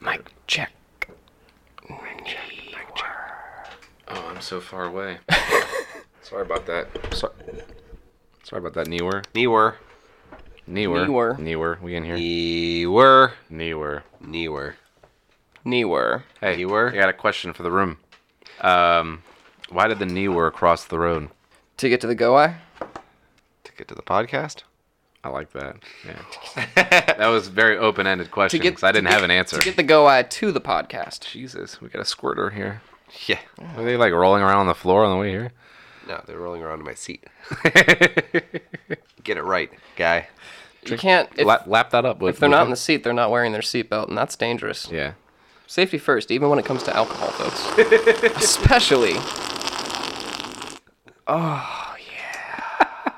Mic check. Oh, I'm so far away. Sorry about that. So- Sorry about that. Newer. Newer. Newer. Newer. Newer. We in here. Newer. Newer. Newer. Newer. Hey, Newer. I got a question for the room. Um, why did the Newer cross the road To get to the Goai? to get to the podcast? I like that. Yeah. that was a very open-ended question To get, because I didn't to have get- an answer. To get the Goai to the podcast. Jesus, we got a squirter here. Yeah. Are they like rolling around on the floor on the way here? No, they're rolling around in my seat. Get it right, guy. You can't. If, lap, lap that up. if they're not in the seat, they're not wearing their seatbelt, and that's dangerous. Yeah. Safety first, even when it comes to alcohol, folks. Especially. Oh, yeah.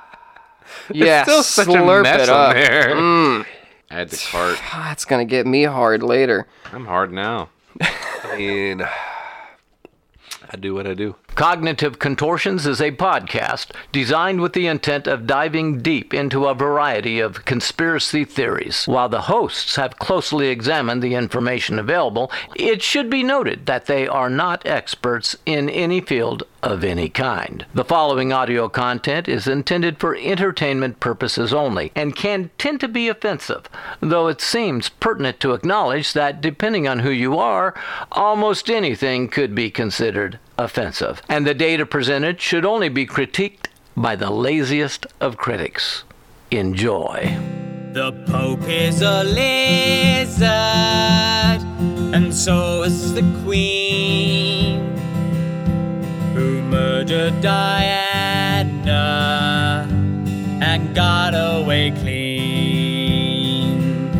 yeah. Oh, Still such slurp a mess it on up. there. Mm. I had to fart. God, it's going to get me hard later. I'm hard now. I mean, I do what I do. Cognitive Contortions is a podcast designed with the intent of diving deep into a variety of conspiracy theories. While the hosts have closely examined the information available, it should be noted that they are not experts in any field of any kind. The following audio content is intended for entertainment purposes only and can tend to be offensive, though it seems pertinent to acknowledge that depending on who you are, almost anything could be considered offensive, and the data presented should only be critiqued by the laziest of critics. Enjoy. The Pope is a lizard, and so is the Queen, who murdered Diana and got away clean.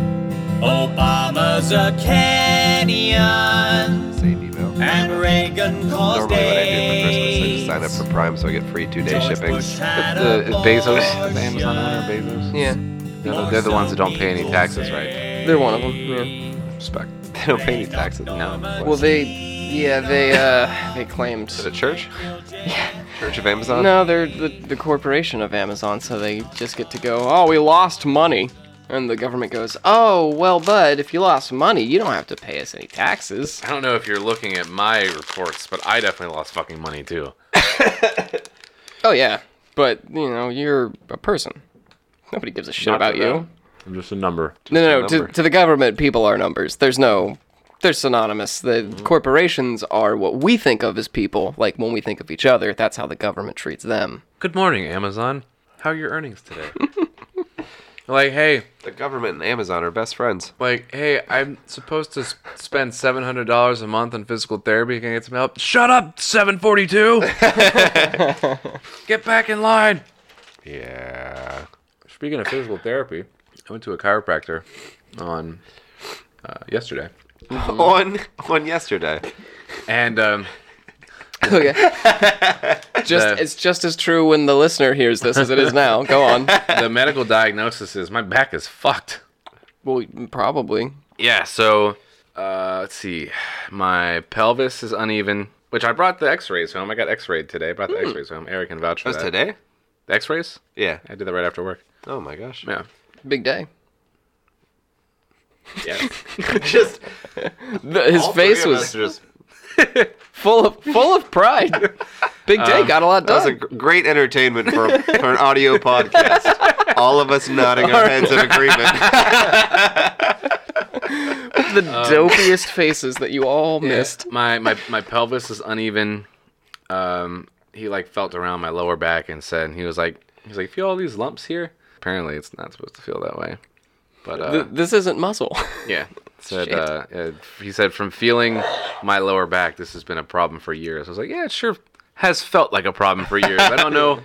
Obama's a Kenyan, Same email. and Reagan caused Normally, what I do for Christmas, I AIDS. just sign up for Prime so I get free two-day George shipping. Bush had The, a is Bezos, abortion. is Amazon owner Bezos. Yeah. They're, the- they're the ones that don't pay any taxes, right? They're one of them. Yeah. Respect. They don't pay any taxes. No. Well, they. Yeah, they, uh, they claimed. Is it a church? Church of Amazon? No, they're the, the corporation of Amazon, so they just get to go, oh, we lost money. And the government goes, oh, well, bud, if you lost money, you don't have to pay us any taxes. I don't know if you're looking at my reports, but I definitely lost fucking money too. Oh, yeah. But, you know, you're a person. Nobody gives a shit Not about to you. them. I'm just a number. no, a no, number. to, to the government, people are numbers. There's no. They're synonymous. The Mm-hmm. corporations are what we think of as people. Like when we think of each other, that's how the government treats them. Good morning, Amazon. How are your earnings today? like, hey, The government and Amazon are best friends. like, hey, I'm supposed to s- spend seven hundred dollars a month on physical therapy. Can I get some help? Shut up, seven forty-two. get back in line. Yeah. Speaking of physical therapy, I went to a chiropractor on uh, yesterday, On Mm-hmm. on yesterday. and um, Okay. just The- it's just as true when the listener hears this as it is now. Go on. the medical diagnosis is my back is fucked. Well, probably. Yeah, so uh, let's see. My pelvis is uneven, which I brought the X-rays home. I got X-rayed today. I brought the X-rays home. Eric can vouch for That was that. today? The X-rays? Yeah. I did that right after work. Oh my gosh. Yeah. Big day. Yeah. Just The- his all three face of was us just full of full of pride. Big day got a lot Um, That was a done. gr- great entertainment for, for an audio podcast. All of us nodding our heads in agreement. the um, dopiest faces that you all missed. my my my pelvis is uneven. Um, he like felt around my lower back and said, he was like, he's like, feel all these lumps here. Apparently, it's not supposed to feel that way. But uh, Th- this isn't muscle. yeah, said uh, uh, he said from feeling my lower back, this has been a problem for years. I was like, yeah, it sure has felt like a problem for years. I don't know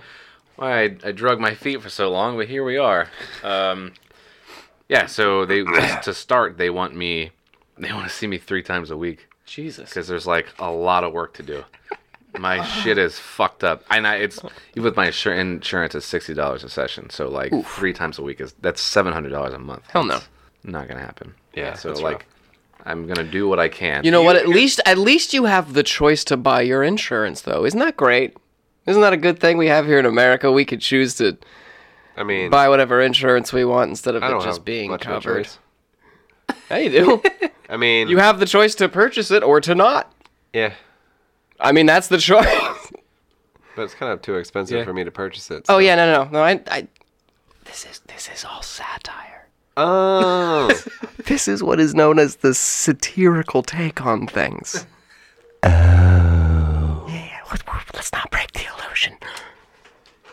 why I, I drug my feet for so long, but here we are. Um, yeah, so they to start, they want me, they want to see me three times a week Jesus. because there's like a lot of work to do. My shit is fucked up, and I it's even with my insur- insurance is sixty dollars a session, so like three times a week is that's seven hundred dollars a month. Hell no. That's not gonna happen. Yeah, so that's like, I'm gonna do what I can. You know what? At least at least you have the choice to buy your insurance, though. Isn't that great? Isn't that a good thing we have here in America? We could choose to I mean, buy whatever insurance we want instead of I it don't just have being much of a covered. choice. Hey, you do. I mean, You have the choice to purchase it or to not. Yeah, I mean, that's the choice. but it's kind of too expensive Yeah. for me to purchase it. oh so- yeah, no, no, no. no I, I, this is this is all satire. Oh, This is what is known as the satirical take on things. Yeah, let- let's not break the illusion.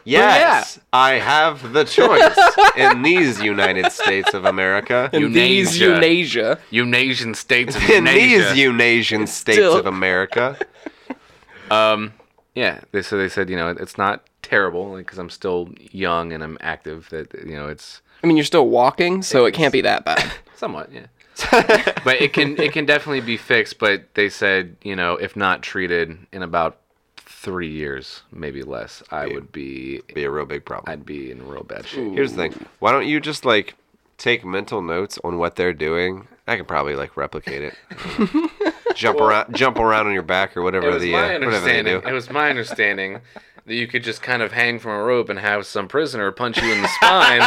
yes, I have the choice in these United States of America. In these eunasia, Unasian states of in Unasia. these Unasian states Still- of America. yeah they so they said you know it- it's not terrible because i'm still young and i'm active that you know it's I mean, you're still walking, so it can't be that bad. somewhat yeah but it can it can definitely be fixed but they said you know if not treated in about three years maybe less i would be Be a real big problem. i'd be in real bad shape here's the thing. Why don't you just like take mental notes on what they're doing? I can probably like replicate it. jump around, jump around on your back or it whatever was the my uh, whatever they understanding do. it was my understanding that you could just kind of hang from a rope and have some prisoner punch you in the spine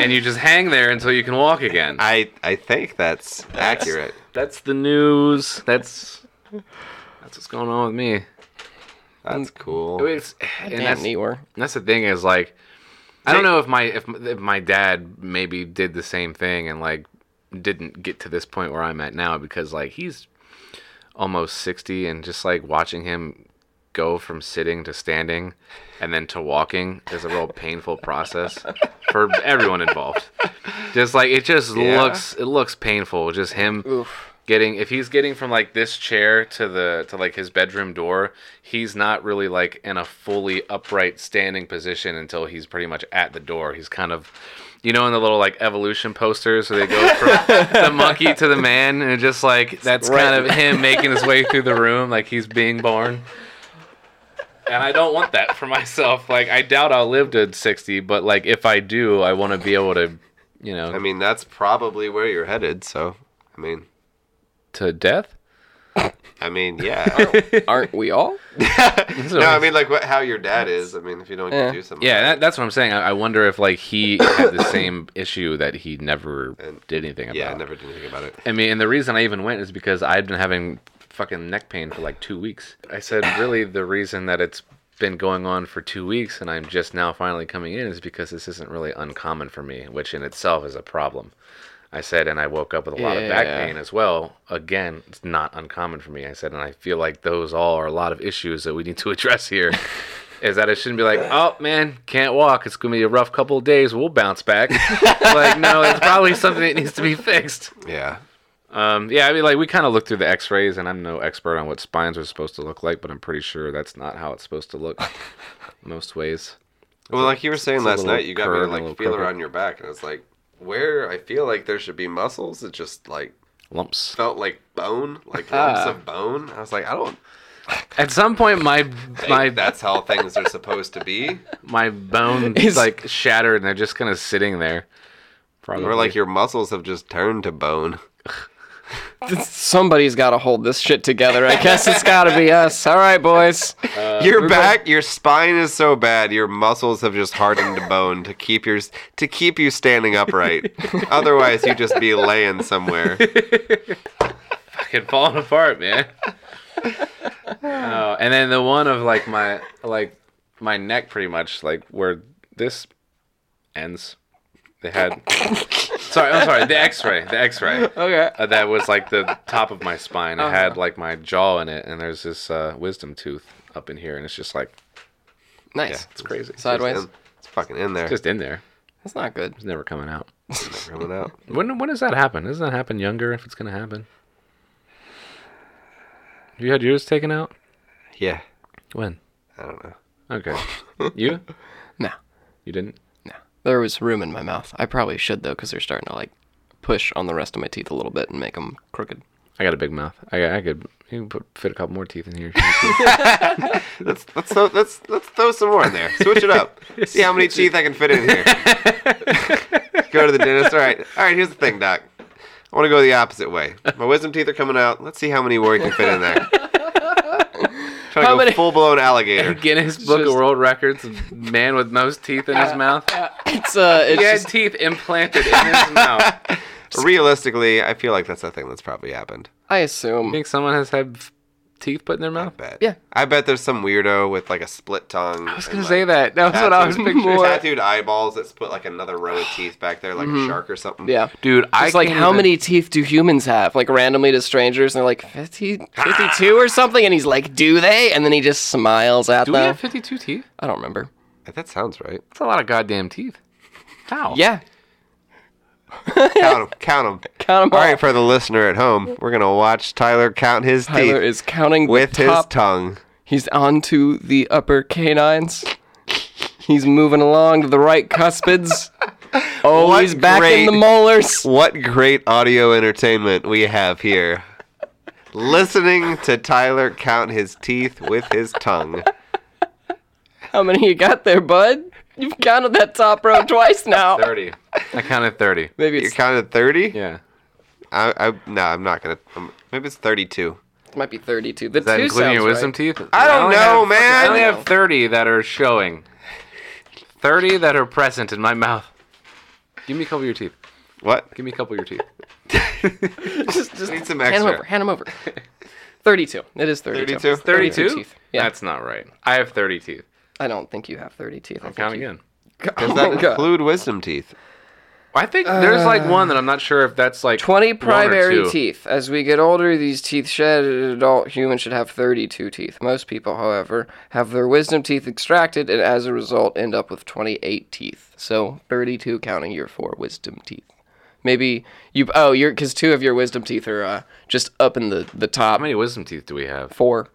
and you just hang there until you can walk again I I think that's accurate. That's the news. That's that's what's going on with me. That's I cool. mean, it's- and Damn, that's, Neewer. and that's the thing is like, I don't know if my if, if my dad maybe did the same thing and like didn't get to this point where I'm at now because like he's almost sixty and just like watching him go from sitting to standing and then to walking is a real painful process for everyone involved. Just like it just looks it looks painful. Just him getting if he's getting from like this chair to the to like his bedroom door, he's not really like in a fully upright standing position until he's pretty much at the door. He's kind of you know in the little like evolution posters where they go from the monkey to the man and it just like that's kind of him making his way through the room like he's being born. And I don't want that for myself. Like I doubt I'll live to 60, but like if I do, I want to be able to, you know, I mean, that's probably where you're headed. So, I mean, to death. I mean, yeah. Aren't we all? So no, I mean like what, how your dad is. I mean, if you don't Yeah. do something. Yeah, that, that's what I'm saying. I, I wonder if like he had the same issue that he never did anything about. Yeah, I never did anything about it. I mean, and the reason I even went is because I've been having fucking neck pain for like two weeks. I said, really, the reason that it's been going on for two weeks and I'm just now finally coming in is because this isn't really uncommon for me, which in itself is a problem. I said, and I woke up with a lot of back Yeah. pain as well. Again, it's not uncommon for me. I said, and I feel like those all are a lot of issues that we need to address here. is that it shouldn't be like, oh man, can't walk. It's gonna be a rough couple of days. We'll bounce back. like, no, it's probably something that needs to be fixed. Yeah. Um, yeah, I mean, like we kind of looked through the X-rays, and I'm no expert on what spines are supposed to look like, but I'm pretty sure that's not how it's supposed to look most ways. Well, like you were saying a last little night, you got me curve to and a like little feel crooked. around your back, and it's like where I feel like there should be muscles, it just like Lumps. felt like bone, like lumps of bone. I was like, I don't At some point, my think my that's how things are supposed to be, my bone Is- is like shattered, and they're just kind of sitting there. Probably. or like your muscles have just turned to bone. Somebody's got to hold this shit together. I guess it's got to be us. All right, boys. your back, your spine is so bad, your muscles have just hardened to bone to keep your to keep you standing upright. Otherwise, you just be laying somewhere. fucking falling apart, man. Oh, and then the one of like my like my neck, pretty much like where this ends. They had. sorry, I'm sorry. The X-ray, the X-ray. Okay. Uh, that was like the top of my spine. It had like my jaw in it, and there's this uh, wisdom tooth up in here, and it's just like Nice. it's crazy. Sideways. It's fucking in there. Just in there. That's not good. It's never coming out. It's coming out. When when does that happen? Doesn't that happen younger if it's gonna happen? You had yours taken out. Yeah, When? I don't know. Okay. you? No. You didn't? There was room in my mouth. I probably should though, because they're starting to like push on the rest of my teeth a little bit and make them crooked. I got a big mouth. I, I could you can put, fit a couple more teeth in here. Let's let's throw, let's let's throw some more in there. Switch it up. See how many teeth I can fit in here. go to the dentist. All right. All right. Here's the thing, doc. I want to go the opposite way. My wisdom teeth are coming out. Let's see how many more I can fit in there. Trying How to many- go full blown alligator. Guinness Book Just- of World Records, man with most teeth in his mouth. It's uh, it's He had just, teeth implanted in his mouth. Realistically, I feel like that's a thing that's probably happened. I You assume. think someone has had f- teeth put in their I mouth? bet. Yeah. I bet there's some weirdo with like a split tongue. I was gonna say that. That was what I was picturing. Tattooed eyeballs that's put like another row of teeth back there, like Mm-hmm. a shark or something. Yeah. Dude, I It's like can't how even- many teeth do humans have? Like randomly to strangers, and they're like 50, 52 or something, and he's like, "Do they?" And then he just smiles at Do we them. have 52 teeth? I don't remember. That sounds right. That's a lot of goddamn teeth. How? Yeah, Count them. Count them. count them All all. right, for the listener at home, we're gonna watch Tyler count his Tyler teeth is counting the with his top. tongue. He's onto the upper canines. He's moving along to the right cuspids. Oh, What he's back in the great- molars. What great audio entertainment we have here. Listening to Tyler count his teeth with his tongue. How many you got there, bud? You've counted that top row twice now. 30. I counted 30. Maybe You it's, counted 30? Yeah. I, I, no, I'm not going to. Maybe it's 32. it might be 32. The Is that two including your sounds wisdom right. teeth? I don't only know, have- I man. only have 30 that are showing. 30 that are present in my mouth. Give me a couple of your teeth. What? Give me a couple of your teeth. just, just Need some hand extra. them over. Hand them over. 32. It is 32. 32? 32? teeth. Yeah. That's not right. I have 30 teeth. I don't think you have 30 teeth. I think Count you- Oh, again. Does that include wisdom teeth? I think there's like one that I'm not sure if that's like 20 one or primary two. teeth. As we get older, these teeth shed. An adult human should have 32 teeth. Most people, however, have their wisdom teeth extracted and as a result end up with 28 teeth. So 32 counting your four wisdom teeth. Maybe you. Oh, you're. Because two of your wisdom teeth are uh, just up in the, the top. How many wisdom teeth do we have? Four.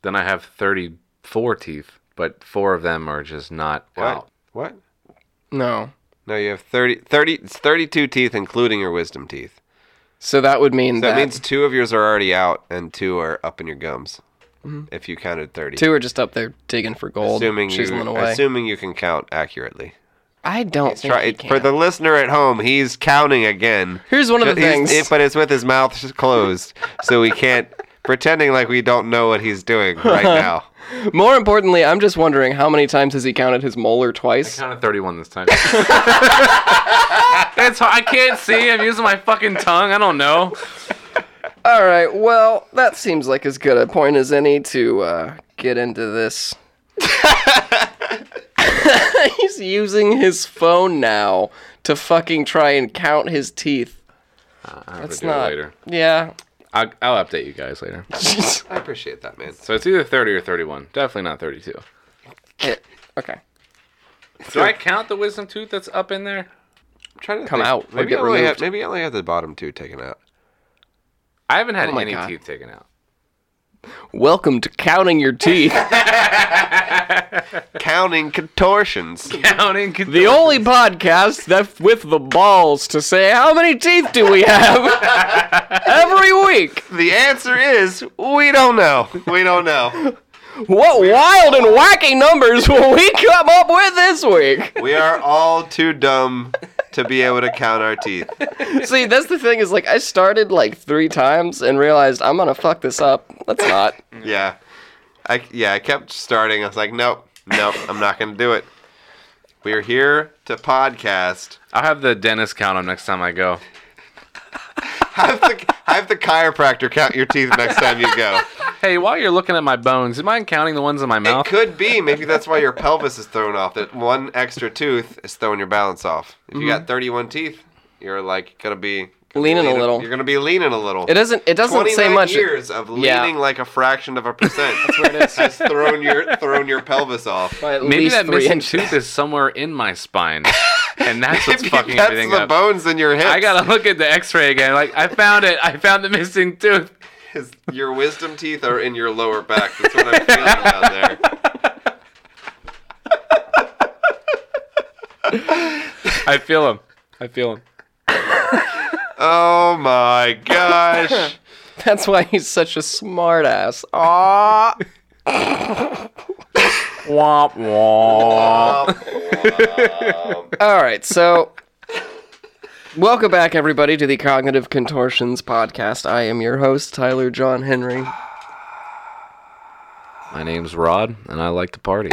Then I have 34 teeth, but four of them are just not out. What? What? No. No, you have 30, 30 it's 32 teeth, including your wisdom teeth. So that would mean So that. that means two of yours are already out and two are up in your gums. If you counted 30. Mm-hmm. Two are just up there digging for gold, assuming chiseling you, away. assuming you can count accurately. I don't think Try, he it, for can. the listener at home, he's counting again. Here's one of the He's- things. it- but it's with his mouth s- closed, so we can't pretending like we don't know what he's doing right now. More importantly, I'm just wondering how many times has he counted his molar twice? Counted 31 this time. That's hard. I can't see. I'm using my fucking tongue. I don't know. All right, well, that seems like as good a point as any to uh, get into this. He's using his phone now to fucking try and count his teeth. I'll have to That's do not. it later. Yeah. I'll, I'll update you guys later. I appreciate that, man. So it's either 30 or 31. Definitely not 32. It- okay. Do I count the wisdom tooth that's up in there? I'm trying to Come think. out or Maybe get I only removed. have, maybe I only have the bottom two taken out. I haven't had Oh my any God. teeth taken out. Welcome to counting your teeth. Counting contortions. Counting. The The only podcast that with the balls to say how many teeth do we have every week. the answer is we don't know. We don't know. What wild and wacky numbers will we come up with this week? We are all too dumb to be able to count our teeth. See, that's the thing is like I started like three times and realized I'm gonna fuck this up. Let's not. Yeah. I yeah, I kept starting. I was like, nope, nope, I'm not gonna do it. We're here to podcast. I'll have the dentist count them next time I go. Have the have the chiropractor count your teeth next time you go. Hey, while you're looking at my bones, do you mind counting the ones in my It mouth? could be. Maybe that's why your pelvis is thrown off. That one extra tooth is throwing your balance off. If you got 31 teeth, you're like gonna be gonna Mm-hmm. Leaning a be little. You're gonna be leaning a little. It doesn't. It doesn't say 29 much. years of leaning Yeah. like a fraction of a percent has thrown your thrown your pelvis off. by at Maybe least that three missing inches. tooth is somewhere in my spine, and that's what's fucking that's everything the up. bones in your hips. I gotta look at the X-ray again. Like I found it. I found the missing tooth. His, your wisdom teeth are in your lower back. That's what I'm feeling out there. I feel him. I feel him. Oh my gosh. That's why he's such a smart ass. Oh, Womp womp. All right, so welcome back, everybody, to the Cognitive Contortions podcast. I am your host, Tyler John Henry. My name's Rod, and I like to party.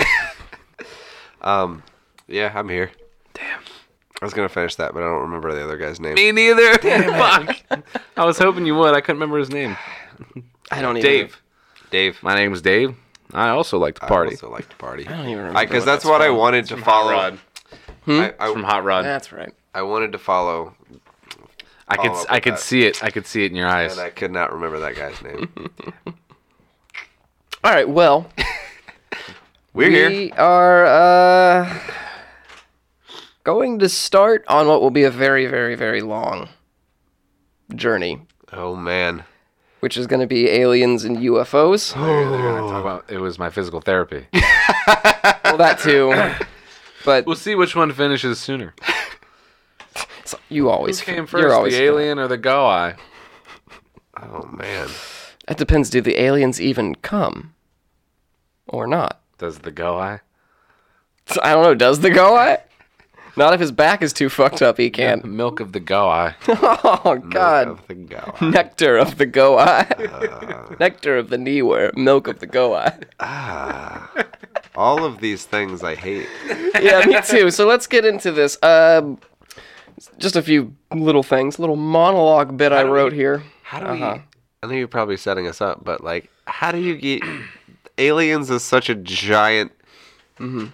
Yeah, I'm here. I was gonna finish that, but I don't remember the other guy's name. Me neither. Fuck. I was hoping you would. I couldn't remember his name. I don't even. Dave. Dave. My name's Dave. I also like to party. I also like to party. I don't even remember. Because that's what I wanted to follow. Rod. I, I- From Hot Rod. That's right. I wanted to follow, I could follow up I with could that. see it. I could see it in your eyes. and I could not remember that guy's name. All right. Well, We're here. we are uh, going to start on what will be a very, very, very long journey, Oh man. which is going to be aliens and UFOs. Talk about- it was my physical therapy. well, that too. But we'll see which one finishes sooner. you always Who came you're 1st always- the alien or the guy? Oh man. It depends. Do the aliens even come or not? Does the guy? So, I don't know. Does the guy? Not if his back is too fucked up, he can't. Milk of the guy. Oh God! Of the go. Nectar of the goai. Nectar of the knee worm. Milk of the goai. All of these things I hate. yeah, me too. So let's get into this. Um, just a few little things, little monologue bit I wrote here. How do we? I know you're probably setting us up, but like, how do you get? aliens is such a giant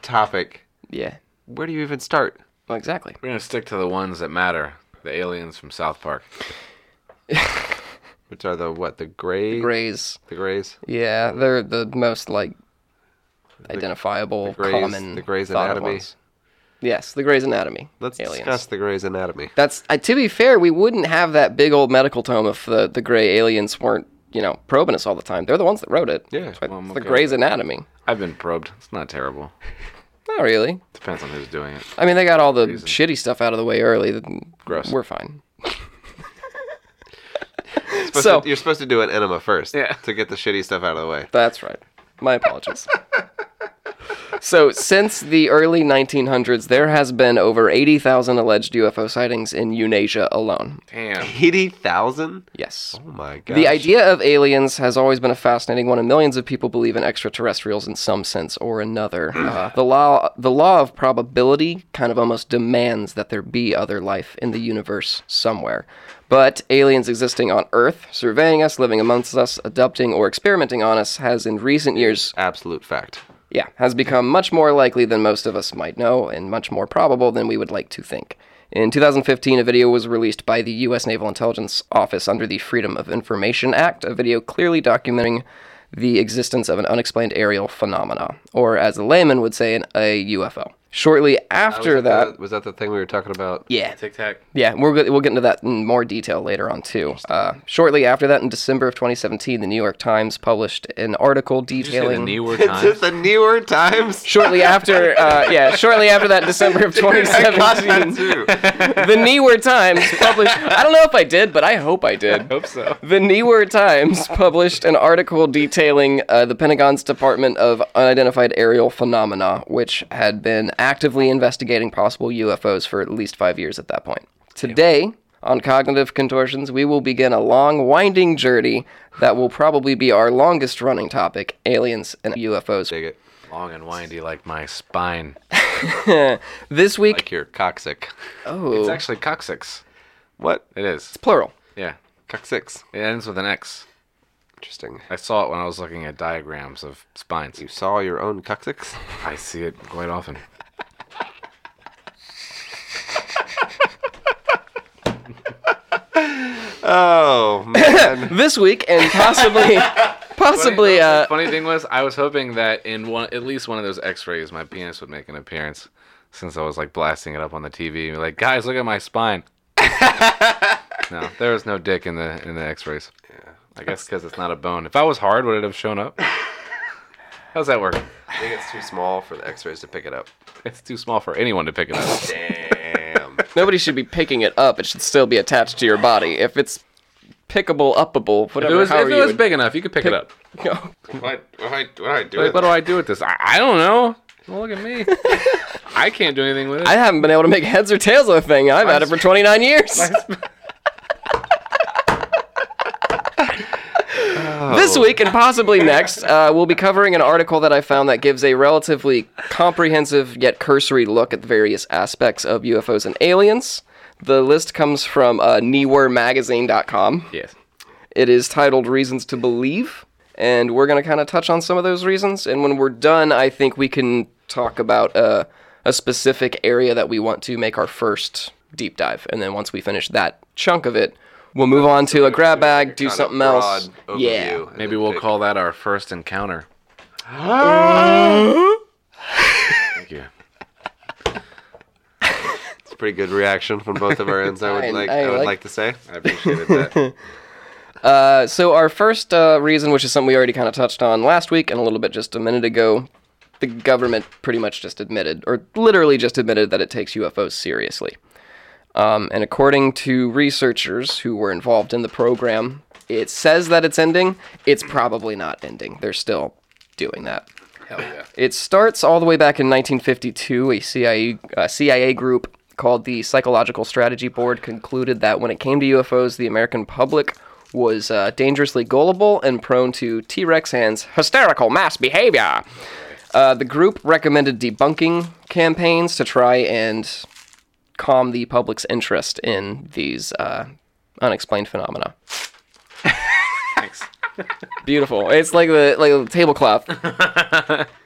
topic. Yeah, Where do you even start? well, exactly. We're gonna stick to the ones that matter. The aliens from South Park. Which are the what? The gray. Grays. The grays. Yeah, they're the most like identifiable, Grey's- common. the Grey's thought of Anatomy. ones. Yes, the Grey's Anatomy. Let's aliens. discuss the Grey's Anatomy. That's uh, to be fair, we wouldn't have that big old medical tome if the the gray aliens weren't you know probing us all the time. They're the ones that wrote it. Yeah, That's why well, I'm it's okay the Grey's Anatomy. I've been probed. It's not terrible. Not really. Depends on who's doing it. I mean, they got all the shitty stuff out of the way early. then Gross. We're fine. Supposed So- to- you're supposed to do an enema first. Yeah. To get the shitty stuff out of the way. That's right. My apologies. so, since the early 1900s, there has been over 80,000 alleged UFO sightings in Eurasia alone. Damn. Eighty thousand. Yes. Oh my god. The idea of aliens has always been a fascinating one, and millions of people believe in extraterrestrials in some sense or another. Uh, the law, the law of probability, kind of almost demands that there be other life in the universe somewhere. But aliens existing on Earth, surveying us, living amongst us, adopting or experimenting on us, has in recent years Absolute fact. yeah, has become much more likely than most of us might know and much more probable than we would like to think. In 2015, a video was released by the U.S. Naval Intelligence Office under the Freedom of Information Act, a video clearly documenting the existence of an unexplained aerial phenomena, or as a layman would say, an, a UFO. Shortly after that, was that the thing we were talking about? yeah, Tic Tac. yeah, we're go- we'll get into that in more detail later on too. Uh, shortly after that, in December of 2017, the New York Times published an article detailing Is it the newer times? shortly after uh, yeah shortly after that december of I got that 2017 too. the newer times published i don't know if i did but i hope i did Hope so. the newer times published an article detailing uh, the pentagon's department of unidentified aerial phenomena which had been actively investigating possible ufos for at least five years at that point today on cognitive contortions we will begin a long winding journey that will probably be our longest running topic aliens and ufos Dig it. Long and windy like my spine. this week Like your coccyx. It's oh actually coccyx. What? It is. plural Yeah. Coccyx. It ends with an X. Interesting. I saw it when I was looking at diagrams of spines. You saw your own coccyx? I see it quite often. Oh man. this week and possibly possibly uh Funny thing was, I was hoping that in one, at least one of those X-rays, my penis would make an appearance, since I was like blasting it up on the TV. Like, guys, look at my spine. no, there was no dick in the in the X-rays. Yeah, I guess because it's not a bone. If I was hard, would it have shown up? How's that work? I think it's too small for the X-rays to pick it up. It's too small for anyone to pick it up. Damn. nobody should be picking it up it should still be attached to your body if it's pickable uppable If whatever it was, how if are it you was big enough, you could pick it up. would- what, what, do I, what do I do? Like, what do I do with this? I, I don't know. Well, look at me. I can't do anything with it. i haven't been able to make heads or tails of a thing i've had it for 29 years This week and possibly next, uh, we'll be covering an article that I found that gives a relatively comprehensive yet cursory look at the various aspects of UFOs and aliens. The list comes from uh, NeeWerMagazine.com. Yes. It is titled Reasons to Believe, and we're going to kind of touch on some of those reasons. And when we're done, I think we can talk about uh, a specific area that we want to make our first deep dive. And then once we finish that chunk of it, we'll move on to a grab bag, do something else. Yeah. Maybe we'll call that our first encounter. Thank you. It's a pretty good reaction from both of our ends. I would I- like. I I, would like- like, to say. I appreciated that. Uh, so our first uh, reason, which is something we already kind of touched on last week and a little bit just a minute ago, the government pretty much just admitted, or literally just admitted, that it takes UFOs seriously. Um, and according to researchers who were involved in the program, it says that it's ending. It's probably not ending. They're still doing that. Hell yeah. It starts all the way back in 1952. A CIA, uh, CIA group called the Psychological Strategy Board concluded that when it came to UFOs, the American public was uh, dangerously gullible and prone to T Rex hands hysterical mass behavior. Uh, the group recommended debunking campaigns to try and calm the public's interest in these uh, unexplained phenomena. Thanks. Beautiful. It's like the like a tablecloth. the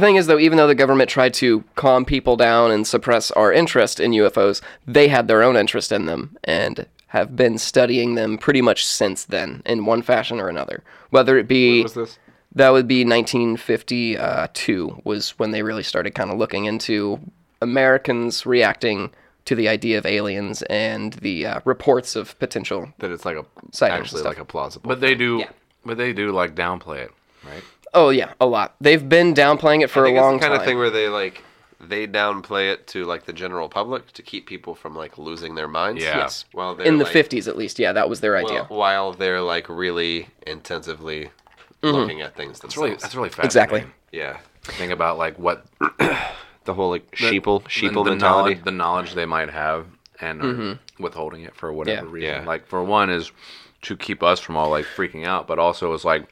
thing is, though, even though the government tried to calm people down and suppress our interest in UFOs, they had their own interest in them and have been studying them pretty much since then, in one fashion or another. Whether it be What's this? that would be 1952 was when they really started kind of looking into Americans reacting to the idea of aliens and the uh, reports of potential That it's like a Sightings and actually stuff. like a plausible. But they do. But they do like downplay it, right? Oh yeah, a lot. They've been downplaying it for I a think it's long the kind time. of thing where they like they downplay it to like the general public to keep people from like losing their minds. Yeah. Yes. While they're in the like, fifties at least. Yeah, that was their Well, idea. while they're like really intensively looking at things Mm-hmm. That's really themselves. that's really fascinating. exactly. yeah. Think about like what The whole like sheeple the- sheeple the mentality. knowledge, the knowledge they might have and are withholding it for whatever Mm-hmm. Yeah. reason. Yeah. Like for one is to keep us from all like freaking out, but also is like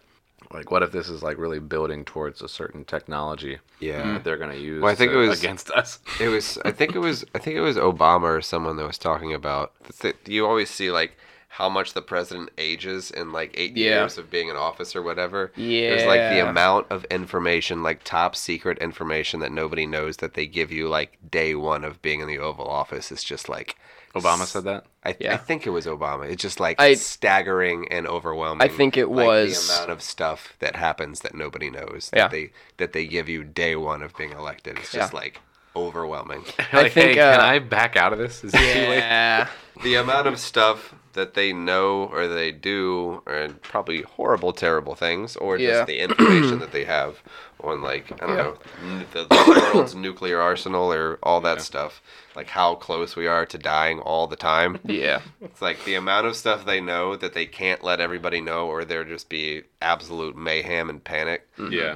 like what if this is like really building towards a certain technology Yeah. that they're gonna use Well, I think to- it was- against us. It was. I think it was. I think it was Obama or someone that was talking about. the thi- You always see like how much the president ages in like eight Yeah. years of being in office or whatever. There's like Yeah. the amount of information, like top secret information that nobody knows that they give you like day one of being in the Oval Office. It's just like. Obama said that? I, Yeah. I think it was Obama. It's just like I- staggering and overwhelming. I think it like, was- the amount of stuff that happens that nobody knows. That Yeah. They that they give you day one of being elected. It's just Yeah. like overwhelming. Like, think, hey, can uh, I back out of this? Is this too late? Yeah. the amount of stuff that they know or they do are probably horrible, terrible things, or Yeah. just the information that they have on, like, I don't know, n- the, the world's nuclear arsenal or all that stuff. Like, how close we are to dying all the time. Yeah. It's like the amount of stuff they know that they can't let everybody know, or there just be absolute mayhem and panic. Yeah.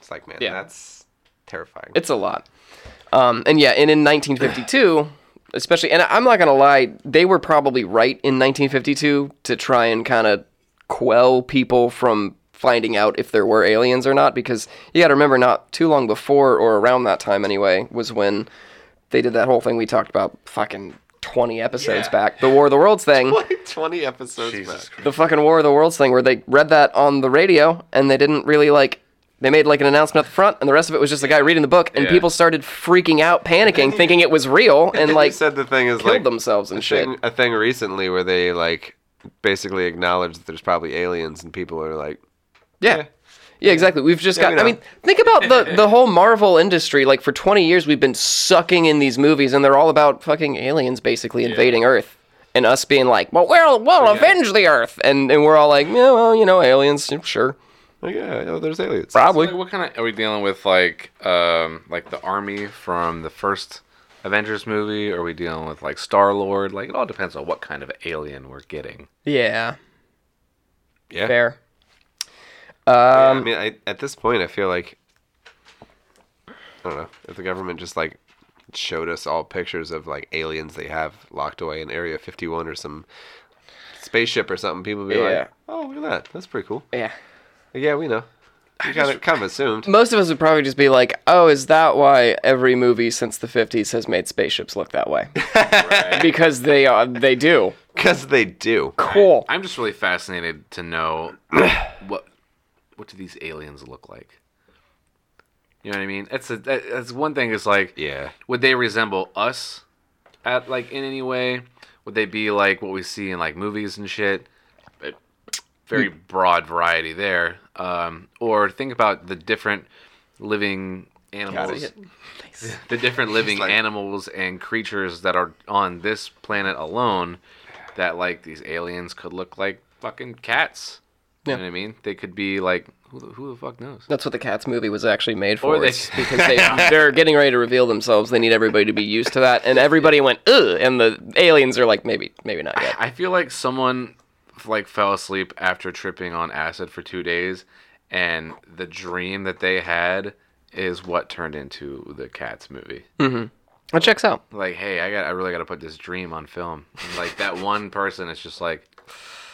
It's like, man, Mm. Yeah. that's terrifying. It's a lot. Um, and yeah, and in 1952, especially, and I'm not gonna lie, they were probably right in 1952 to try and kind of quell people from finding out if there were aliens or not, because you got to remember, not too long before or around that time anyway, was when they did that whole thing we talked about, fucking 20 episodes Yeah. back, the War of the Worlds thing. like 20 episodes back. the fucking War of the Worlds thing where they read that on the radio and they didn't really like they made like an announcement at the front and the rest of it was just the guy reading the book and Yeah. people started freaking out, panicking, thinking it was real and Like, like said the thing is killed like themselves and shit. thing, a thing recently where they like basically acknowledge that there's probably aliens and people are like Yeah. Yeah, exactly. We've just Yeah, got. we I know. mean, think about the the whole Marvel industry. Like for twenty years, we've been sucking in these movies, and they're all about fucking aliens basically invading Earth, and us being like, "Well, we'll we'll avenge the Earth," and and we're all like, "Yeah, well, you know, aliens, sure, oh yeah oh, there's aliens probably." Like, what kind of are we dealing with? Like, um, like the army from the first Avengers movie? Are we dealing with like Star Lord? Like, it all depends on what kind of alien we're getting. Yeah. Yeah. Fair. Yeah, i mean I, at this point i feel like i don't know if the government just like showed us all pictures of like aliens they have locked away in area 51 or some spaceship or something, people would be Yeah. like, "Oh, look at that. That's pretty cool." Yeah. Yeah, we know. You got it kind of assumed. Most of us would probably just be like, "Oh, is that why every movie since the '50s has made spaceships look that way?" Because they are, they do. Because they do. Cool. I'm just really fascinated to know what what do these aliens look like. You know what I mean? That's a that, that's one thing. Is like, Yeah. would they resemble us at like in any way? Would they be like what we see in like movies and shit? But Very broad variety there. Um, or think about the different living animals. The different living like- animals and creatures that are on this planet alone that like these aliens could look like fucking cats. You know what I mean? They could be like who the, who the fuck knows? That's what the Cats movie was actually made Or for. they- is because they, they're getting ready to reveal themselves. They need everybody to be used to that. And everybody went, ugh. And the aliens are like, maybe, maybe not yet. I feel like someone like fell asleep after tripping on acid for two days, and the dream that they had is what turned into the Cats movie. It checks out. Like, hey, I got, I really got to put this dream on film. And, like that one person is just like,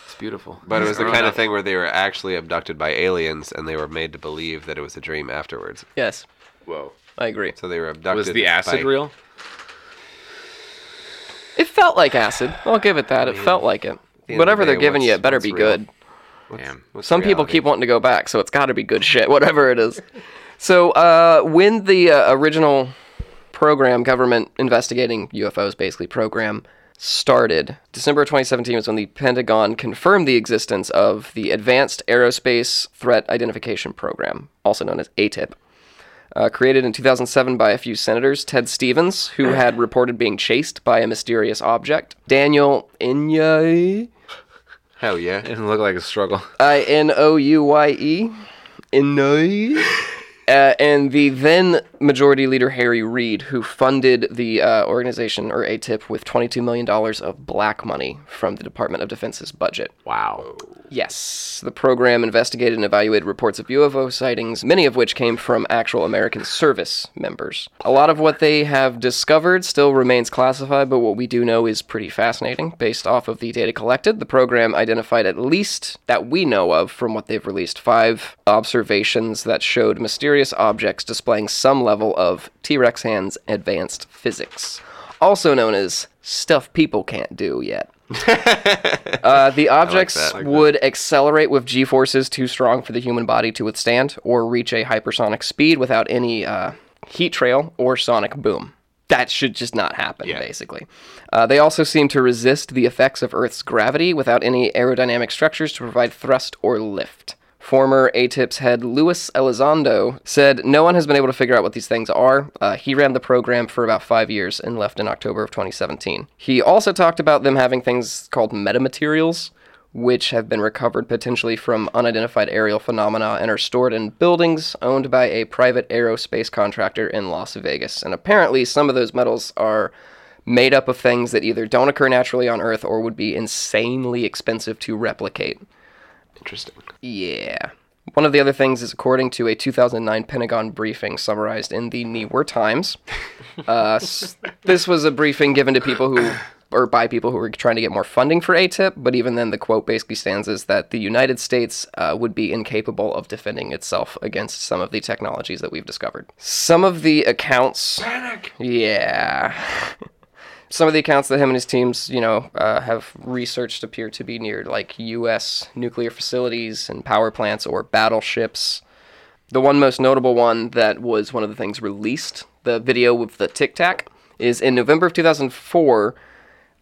it's beautiful. But it was the kind of thing where they were actually abducted by aliens and they were made to believe that it was a dream afterwards. Yes, Whoa. I agree. So they were abducted. Was the acid by- real? It felt like acid. I'll give it that. It felt like it. the Whatever day, they're giving you, what's- it better what's be real? good. Damn. What's Some people reality? keep wanting to go back, so it's got to be good shit, whatever it is. So, uh, when the uh, original program, government investigating UFOs basically program, started, December 2017 was when the Pentagon confirmed the existence of the Advanced Aerospace Threat Identification Program, also known as ATIP. Uh, created in 2007 by a few senators, Ted Stevens, who had reported being chased by a mysterious object, Daniel Inouye, Hell yeah. It looked like a struggle. I N O U Y E. Inouye. Uh, and the then Majority Leader Harry Reid, who funded the uh, organization or ATIP with $22 million of black money from the Department of Defense's budget. Wow. Yes, the program investigated and evaluated reports of UFO sightings, many of which came from actual American service members. A lot of what they have discovered still remains classified, but what we do know is pretty fascinating. Based off of the data collected, the program identified at least that we know of from what they've released five observations that showed mysterious objects displaying some level of T Rex hands advanced physics, also known as stuff people can't do yet. Uh, the objects would accelerate with g forces too strong for the human body to withstand, or reach a hypersonic speed without any uh, heat trail or sonic boom. That should just not happen, basically. Uh, they also seem to resist the effects of Earth's gravity without any aerodynamic structures to provide thrust or lift. Former ATIP's head Luis Elizondo said, No one has been able to figure out what these things are. Uh, he ran the program for about five years and left in October of 2017. He also talked about them having things called metamaterials, which have been recovered potentially from unidentified aerial phenomena and are stored in buildings owned by a private aerospace contractor in Las Vegas. And apparently, some of those metals are made up of things that either don't occur naturally on Earth or would be insanely expensive to replicate. Interesting. Yeah. One of the other things is, according to a 2009 Pentagon briefing summarized in the New York Times, uh, s- this was a briefing given to people who, or by people who were trying to get more funding for ATIP, but even then, the quote basically stands is that the United States uh, would be incapable of defending itself against some of the technologies that we've discovered. Some of the accounts. Yeah some of the accounts that him and his teams, you know, uh, have researched appear to be near like U.S. nuclear facilities and power plants or battleships. The one most notable one that was one of the things released, the video with the Tic Tac, is in November of 2004.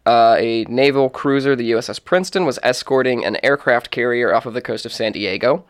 Uh, a naval cruiser, the USS Princeton, was escorting an aircraft carrier off of the coast of San Diego.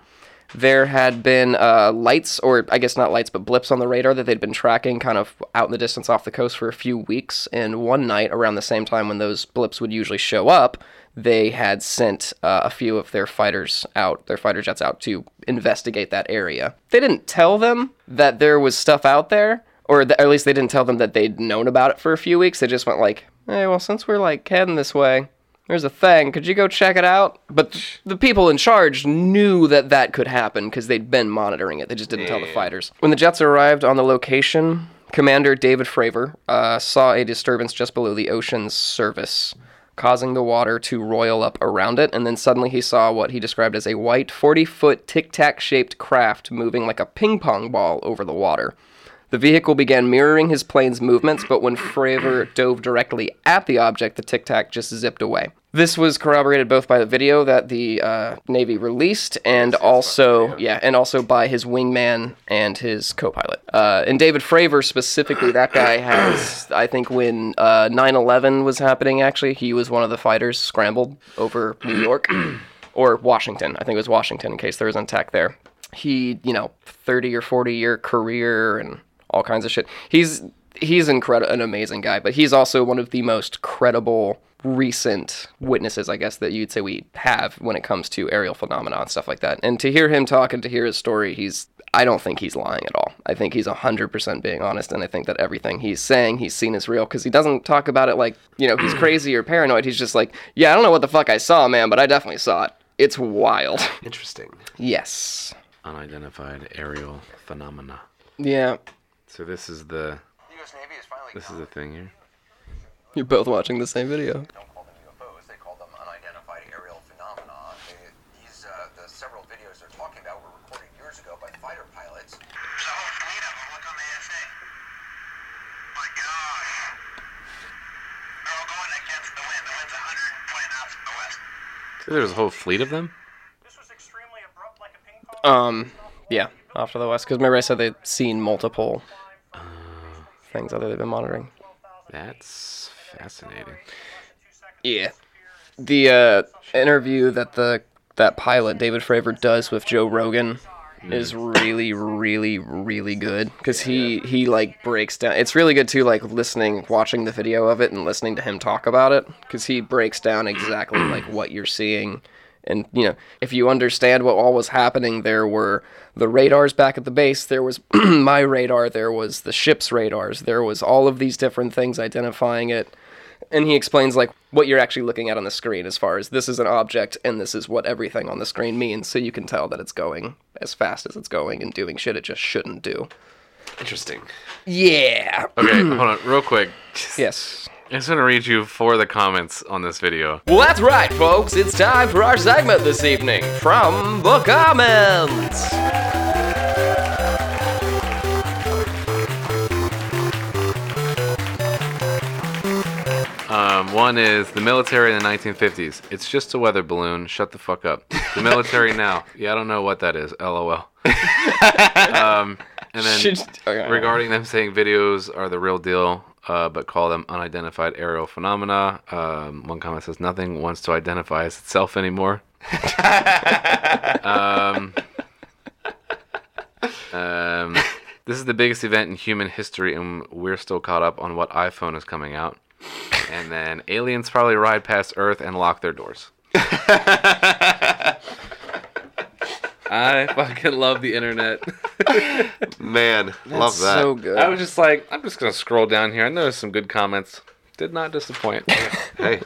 There had been uh, lights, or I guess not lights, but blips on the radar that they'd been tracking kind of out in the distance off the coast for a few weeks. And one night, around the same time when those blips would usually show up, they had sent uh, a few of their fighters out, their fighter jets out to investigate that area. They didn't tell them that there was stuff out there, or, th- or at least they didn't tell them that they'd known about it for a few weeks. They just went like, hey, well, since we're like heading this way, there's a thing. Could you go check it out? But th- the people in charge knew that that could happen because they'd been monitoring it. They just didn't tell the fighters. When the jets arrived on the location, Commander David Fravor uh, saw a disturbance just below the ocean's surface. causing the water to roil up around it. And then suddenly he saw what he described as a white, 40 foot tic tac shaped craft moving like a ping pong ball over the water. The vehicle began mirroring his plane's movements, but when Fravor dove directly at the object, the Tic Tac just zipped away. This was corroborated both by the video that the uh, Navy released, and also yeah, and also by his wingman and his co-pilot. Uh, and David Fravor specifically, that guy has, I think, when uh, 9/11 was happening, actually, he was one of the fighters scrambled over New York or Washington. I think it was Washington, in case there was an attack there. He, you know, 30 or 40 year career and all kinds of shit. He's he's incredible, an amazing guy, but he's also one of the most credible recent witnesses, I guess, that you'd say we have when it comes to aerial phenomena and stuff like that. And to hear him talk and to hear his story, he's I don't think he's lying at all. I think he's 100% being honest, and I think that everything he's saying, he's seen is real because he doesn't talk about it like, you know, he's crazy or paranoid. He's just like, yeah, I don't know what the fuck I saw, man, but I definitely saw it. It's wild. Interesting. yes. Unidentified aerial phenomena. Yeah. So this is the. This is the thing here. You're both watching the same video. don't call them UFOs, they call them unidentified aerial phenomena. They, these, uh, the several videos they're talking about were recorded years ago by fighter pilots. There's a whole fleet of them. Look on the ASA. My God. They're all going against the wind. The wind's 120 knots from the west. So there's a whole fleet of them. This was extremely abrupt, like a ping pong. Um, yeah, off to the west. Because remember I said they'd seen multiple things that they've been monitoring. That's fascinating. Yeah. The uh, interview that the that pilot David Fravor does with Joe Rogan is really, really, really good because he he like breaks down. It's really good too, like listening, watching the video of it, and listening to him talk about it because he breaks down exactly like what you're seeing. And you know, if you understand what all was happening, there were the radars back at the base. There was my radar. There was the ship's radars. There was all of these different things identifying it and he explains like what you're actually looking at on the screen as far as this is an object and this is what everything on the screen means so you can tell that it's going as fast as it's going and doing shit it just shouldn't do Interesting. yeah Okay, hold on, real quick. yes I just want to read you for the comments on this video. well that's right folks it's time for our segment this evening from the comments Um, one is the military in the 1950s. It's just a weather balloon. Shut the fuck up. The military now. Yeah, I don't know what that is. LOL. um, and then Should- okay. regarding them saying videos are the real deal, uh, but call them unidentified aerial phenomena. Um, one comment says nothing wants to identify as itself anymore. um, um, this is the biggest event in human history, and we're still caught up on what iPhone is coming out. And then aliens probably ride past Earth and lock their doors. I fucking love the internet. Man, love that. so good I was just like, I'm just gonna scroll down here. I noticed some good comments. Did not disappoint. hey,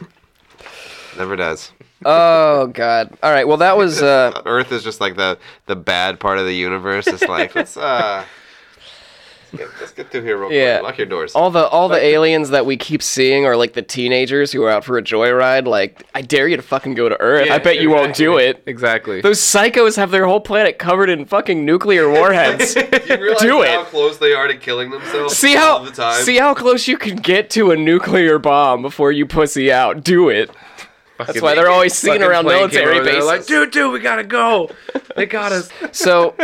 never does. oh god all right well that was uh Earth is just like the the bad part of the universe. It's like let's uh, let's get, let's get through here real Yeah. quick. Lock your doors. all the all the aliens that we keep seeing are like the teenagers who are out for a joyride like i dare you to fucking go to earth i bet you won't do it exactly. Those psychos have their whole planet covered in fucking nuclear warheads. you realize do how it. close they are to killing themselves. see all how the time. see how close you can get to a nuclear bomb before you pussy out. Do it. That's why they're always seen Fucking around plane military came over, bases. They're like, dude, dude, we gotta go. They got us. So,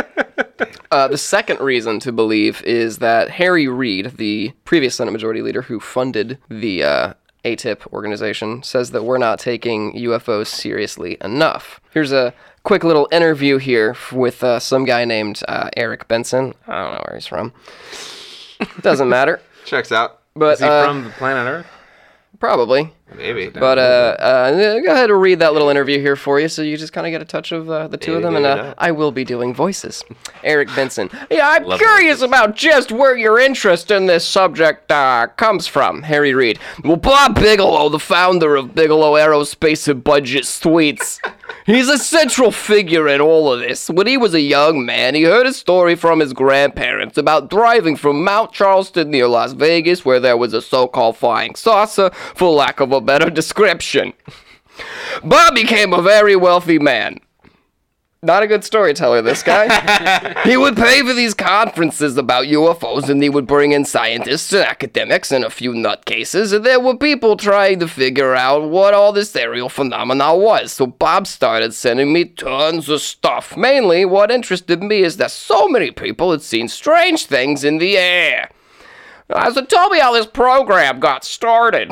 uh, the second reason to believe is that Harry Reid, the previous Senate Majority Leader who funded the uh, ATIP organization, says that we're not taking UFOs seriously enough. Here's a quick little interview here f- with uh, some guy named uh, Eric Benson. I don't know where he's from. Doesn't matter. Checks out. But Is he uh, from the planet Earth? probably. Maybe. But uh, uh, go ahead and read that little interview here for you, so you just kind of get a touch of uh, the two of them, and uh, I will be doing voices. Eric Benson. Yeah, I'm curious about just where your interest in this subject uh, comes from. Harry Reid. Well, Bob Bigelow, the founder of Bigelow Aerospace and Budget Suites. He's a central figure in all of this. When he was a young man, he heard a story from his grandparents about driving from Mount Charleston near Las Vegas, where there was a so called flying saucer, for lack of a better description. Bob became a very wealthy man. Not a good storyteller, this guy. he would pay for these conferences about UFOs, and he would bring in scientists and academics and a few nutcases, and there were people trying to figure out what all this aerial phenomena was. So Bob started sending me tons of stuff. Mainly, what interested me is that so many people had seen strange things in the air. I said, tell me how this program got started.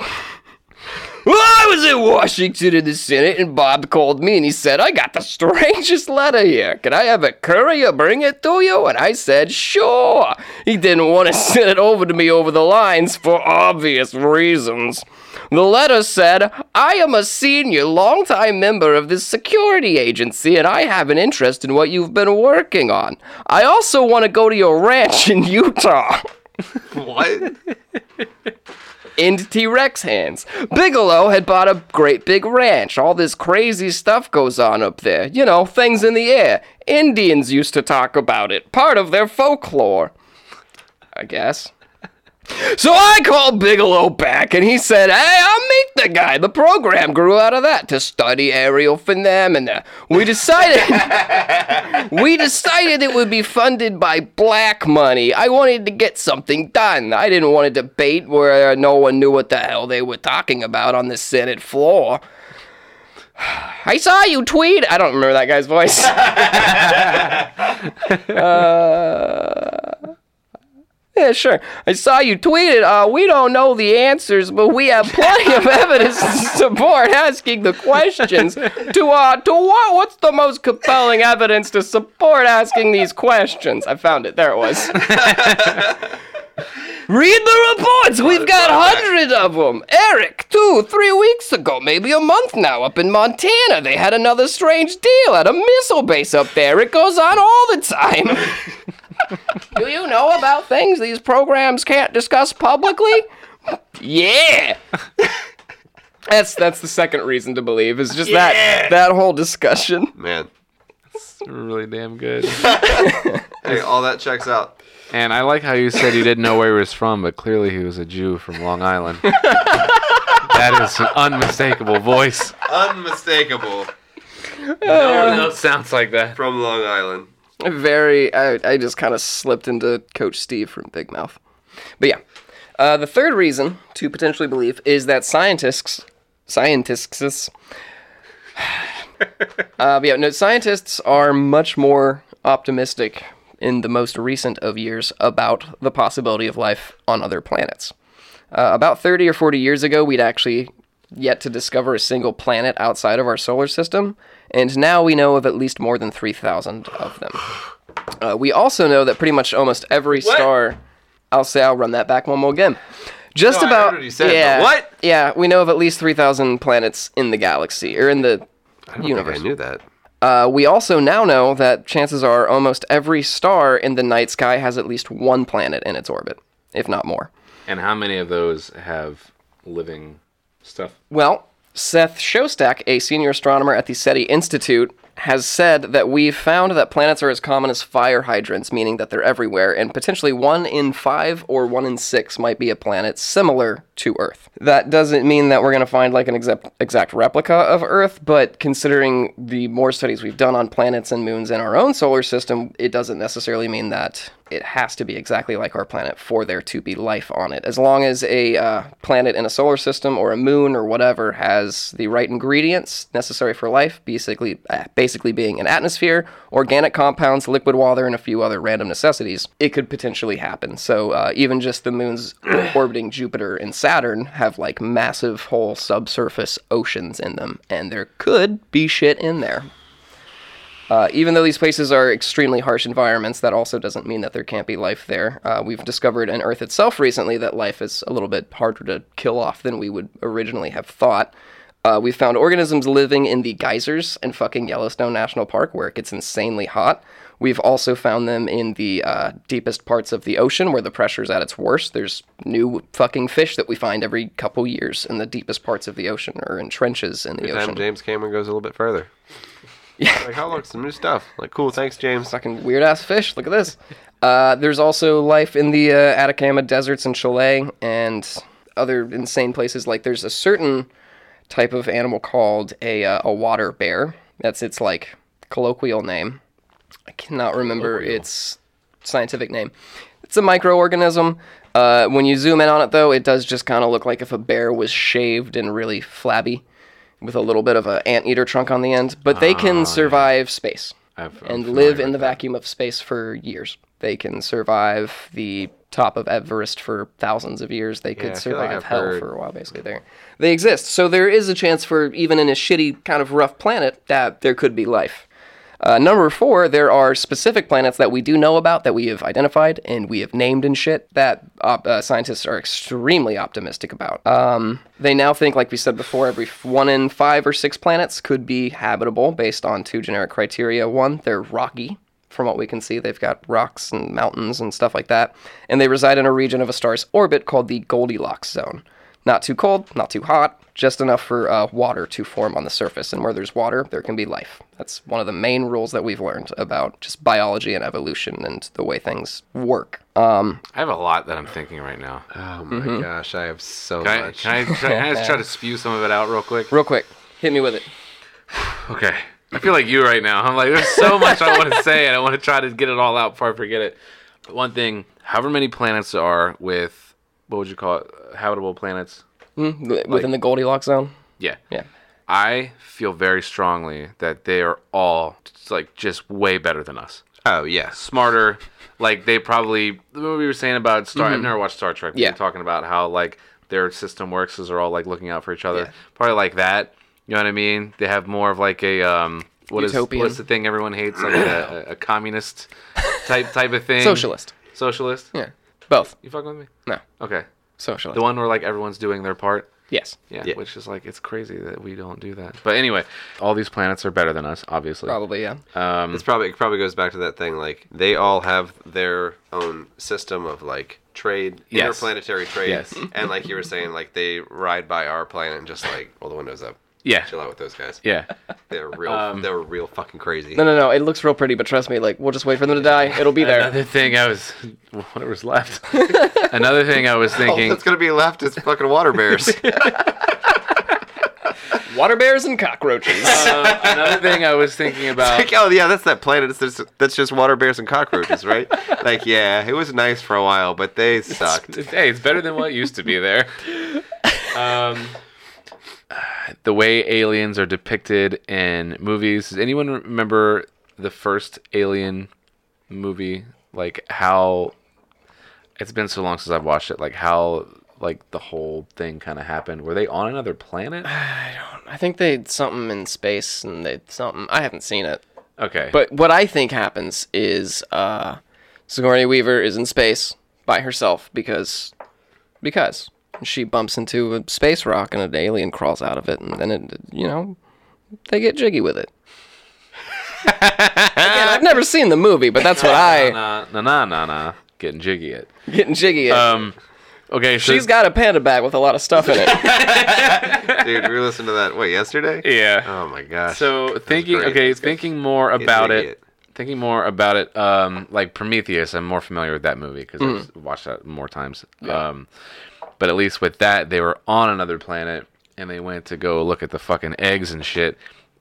Well, I was in Washington in the Senate, and Bob called me and he said, I got the strangest letter here. Can I have a courier bring it to you? And I said, Sure. He didn't want to send it over to me over the lines for obvious reasons. The letter said, I am a senior, longtime member of this security agency, and I have an interest in what you've been working on. I also want to go to your ranch in Utah What? into T Rex hands. Bigelow had bought a great big ranch. All this crazy stuff goes on up there. You know, things in the air. Indians used to talk about it, part of their folklore. I guess. So I called Bigelow back and he said, Hey, I'll meet the guy. The program grew out of that to study aerial phenomena. uh, We decided. we decided it would be funded by black money. I wanted to get something done. I didn't want a debate where no one knew what the hell they were talking about on the Senate floor. I saw you tweet. I don't remember that guy's voice. Uh, yeah, sure. I saw you tweeted. Uh, we don't know the answers, but we have plenty of evidence to support asking the questions. To uh, to what? What's the most compelling evidence to support asking these questions? I found it. There it was. Read the reports. We've got hundreds of them. Eric, two, three weeks ago, maybe a month now, up in Montana, they had another strange deal at a missile base up there. It goes on all the time. Do you know about things these programs can't discuss publicly? Yeah. That's that's the second reason to believe is just that that whole discussion. Man. really damn good. Hey, all that checks out. And I like how you said you didn't know where he was from, but clearly he was a Jew from Long Island. that is an unmistakable voice. Unmistakable Oh, No one else sounds like that. from Long Island. Very I, I just kind of slipped into Coach Steve from Big Mouth. But yeah. Uh, the third reason to potentially believe is that scientists scientists Uh, but yeah, no, scientists are much more optimistic in the most recent of years about the possibility of life on other planets. Uh, about 30 or 40 years ago, we'd actually yet to discover a single planet outside of our solar system, and now we know of at least more than 3,000 of them. Uh, we also know that pretty much almost every star. I'll say I'll run that back one more again. Just No, I heard about what you said, but yeah, what? Yeah, we know of at least 3,000 planets in the galaxy or in the universe. I knew that. Uh, we also now know that chances are almost every star in the night sky has at least one planet in its orbit, if not more. And how many of those have living stuff? Well, Seth Shostak, a senior astronomer at the SETI Institute, has said that we've found that planets are as common as fire hydrants, meaning that they're everywhere, and potentially one in five or one in six might be a planet similar to Earth. That doesn't mean that we're going to find like an exact, exact replica of Earth, but considering the more studies we've done on planets and moons in our own solar system, it doesn't necessarily mean that it has to be exactly like our planet for there to be life on it. As long as a uh, planet in a solar system or a moon or whatever has the right ingredients necessary for life, basically uh, basically being an atmosphere, organic compounds, liquid water, and a few other random necessities, it could potentially happen. So uh, even just the moons orbiting Jupiter and Saturn have like massive whole subsurface oceans in them, and there could be shit in there. Uh, even though these places are extremely harsh environments, that also doesn't mean that there can't be life there. Uh, we've discovered in Earth itself recently that life is a little bit harder to kill off than we would originally have thought. Uh, we found organisms living in the geysers in fucking Yellowstone National Park, where it gets insanely hot. We've also found them in the uh, deepest parts of the ocean, where the pressure's at its worst. There's new fucking fish that we find every couple years in the deepest parts of the ocean or in trenches in the Time ocean. James Cameron goes a little bit further. Like, how long? Some new stuff. Like, cool. Thanks, James. Fucking weird ass fish. Look at this. Uh, there's also life in the uh, Atacama deserts and Chile and other insane places. Like there's a certain type of animal called a uh, a water bear. That's its like colloquial name. I cannot remember its scientific name. It's a microorganism. Uh, when you zoom in on it, though, it does just kind of look like if a bear was shaved and really flabby, with a little bit of an anteater trunk on the end. But they can survive space I've- I'm and familiar live in with the vacuum of space for years. They can survive the top of Everest for thousands of years. They could I feel like survive I've hell heard- for a while, basically. There, they exist. So there is a chance for even in a shitty kind of rough planet that there could be life. Uh, number four, there are specific planets that we do know about that we have identified and we have named and shit that op- uh, scientists are extremely optimistic about. Um, they now think, like we said before, every f- one in five or six planets could be habitable based on two generic criteria. One, they're rocky. From what we can see, they've got rocks and mountains and stuff like that. And they reside in a region of a star's orbit called the Goldilocks zone. Not too cold, not too hot, just enough for uh, water to form on the surface. And where there's water, there can be life. That's one of the main rules that we've learned about just biology and evolution and the way things work. Um, I have a lot that I'm thinking right now. Oh my Mm-hmm. gosh, I have so Can I, much. can I, can I just try to spew some of it out real quick? real quick, hit me with it. Okay. I feel like you right now. I'm like, there's so much I want to say, and I want to try to get it all out before I forget it. But one thing, however many planets there are with, what would you call it, habitable planets? Within the Goldilocks zone? Yeah. Yeah. I feel very strongly that they are all like just way better than us. oh yes. smarter. Like they probably what we were saying about Star. I've never watched Star Trek. but Mm-hmm. Yeah. We were talking about how like their system works is they're all like looking out for each other. Probably like that. You know what I mean? They have more of like a um. What is Utopian. what's the thing everyone hates? Like a, a, a communist type type of Mm. thing. Socialist. Socialist. Yeah. Both. You fucking with me? No. Okay. Socialist. The one where like everyone's doing their part. yes. Yeah, Yeah. Which is like it's crazy that we don't do that. But anyway, all these planets are better than us, obviously. Probably, yeah. It's probably it probably goes back to that thing like they all have their own system of like trade, Yes. interplanetary trade, Yes. and like you were saying, like they ride by our planet and just like roll the windows up. Yeah. chill out with those guys. Yeah. they're real. they're real fucking crazy. Um, no, no, no. It looks real pretty, but trust me, like, we'll just wait for them to die. It'll be there. Another thing I was whatever's left. Another thing I was Oh, thinking. That's gonna be left is fucking water bears. Water bears and cockroaches. um, another thing I was thinking about. like, oh yeah, that's that planet. It's just, that's just water bears and cockroaches, right? like, yeah, it was nice for a while, but they sucked. Hey, it's better than what used to be there. Um, the way aliens are depicted in movies. Does anyone remember the first Alien movie? Like how it's been so long since I've watched it. Like how like the whole thing kind of happened. Were they on another planet? I think they did something in space and they something. I haven't seen it. Okay, But what I think happens is uh, Sigourney Weaver is in space by herself because because she bumps into a space rock and an alien crawls out of it, and then it you know they get jiggy with it. Again, I've never seen the movie, but that's what I na na na na na, getting jiggy it. getting jiggy. Is. Uh, Um, okay, so She's got a panda bag with a lot of stuff in it. Dude, we listened to that what yesterday? yeah. Oh my gosh. so thinking, great. okay, thinking more about really it, it. thinking more about it. Um, like Prometheus, I'm more familiar with that movie because Mm. I've watched that more times. Um, but at least with that, they were on another planet and they went to go look at the fucking eggs and shit.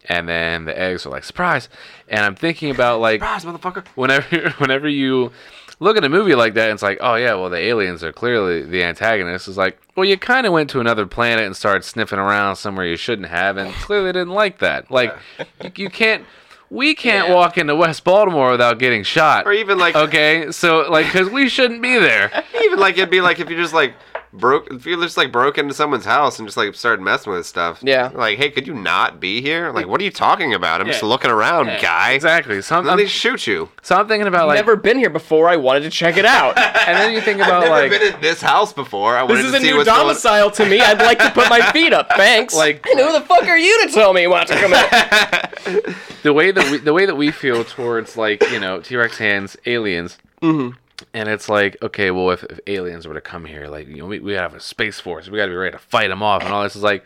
And then the eggs were like surprise. And I'm thinking about like Surprise, motherfucker. whenever whenever you look at a movie like that, it's like, oh yeah, well the aliens are clearly the antagonists. It's like, well you kind of went to another planet and started sniffing around somewhere you shouldn't have, and clearly didn't like that. Like, you, you can't. We can't walk into West Baltimore without getting shot. Or even like okay, so like, cause we shouldn't be there. even like it'd be like if you just like broke if you just like broke into someone's house and just like started messing with stuff. Yeah. Like, hey, could you not be here? Like, what are you talking about? I'm just looking around, guy. Exactly. So I'm, Then I'm, they shoot you. so I'm thinking about like, never been here before. I wanted to check it out. and then you think about Never like, been in this house before. I wanted This is to a see new what's going- domicile to me. I'd like to put my feet up. Thanks. Like- and who the fuck are you to tell me what to come out? the way that we, the way that we feel towards like you know T Rex hands aliens, and it's like okay, well if, if aliens were to come here, like you know we we have a space force, we got to be ready to fight them off, and all this is like,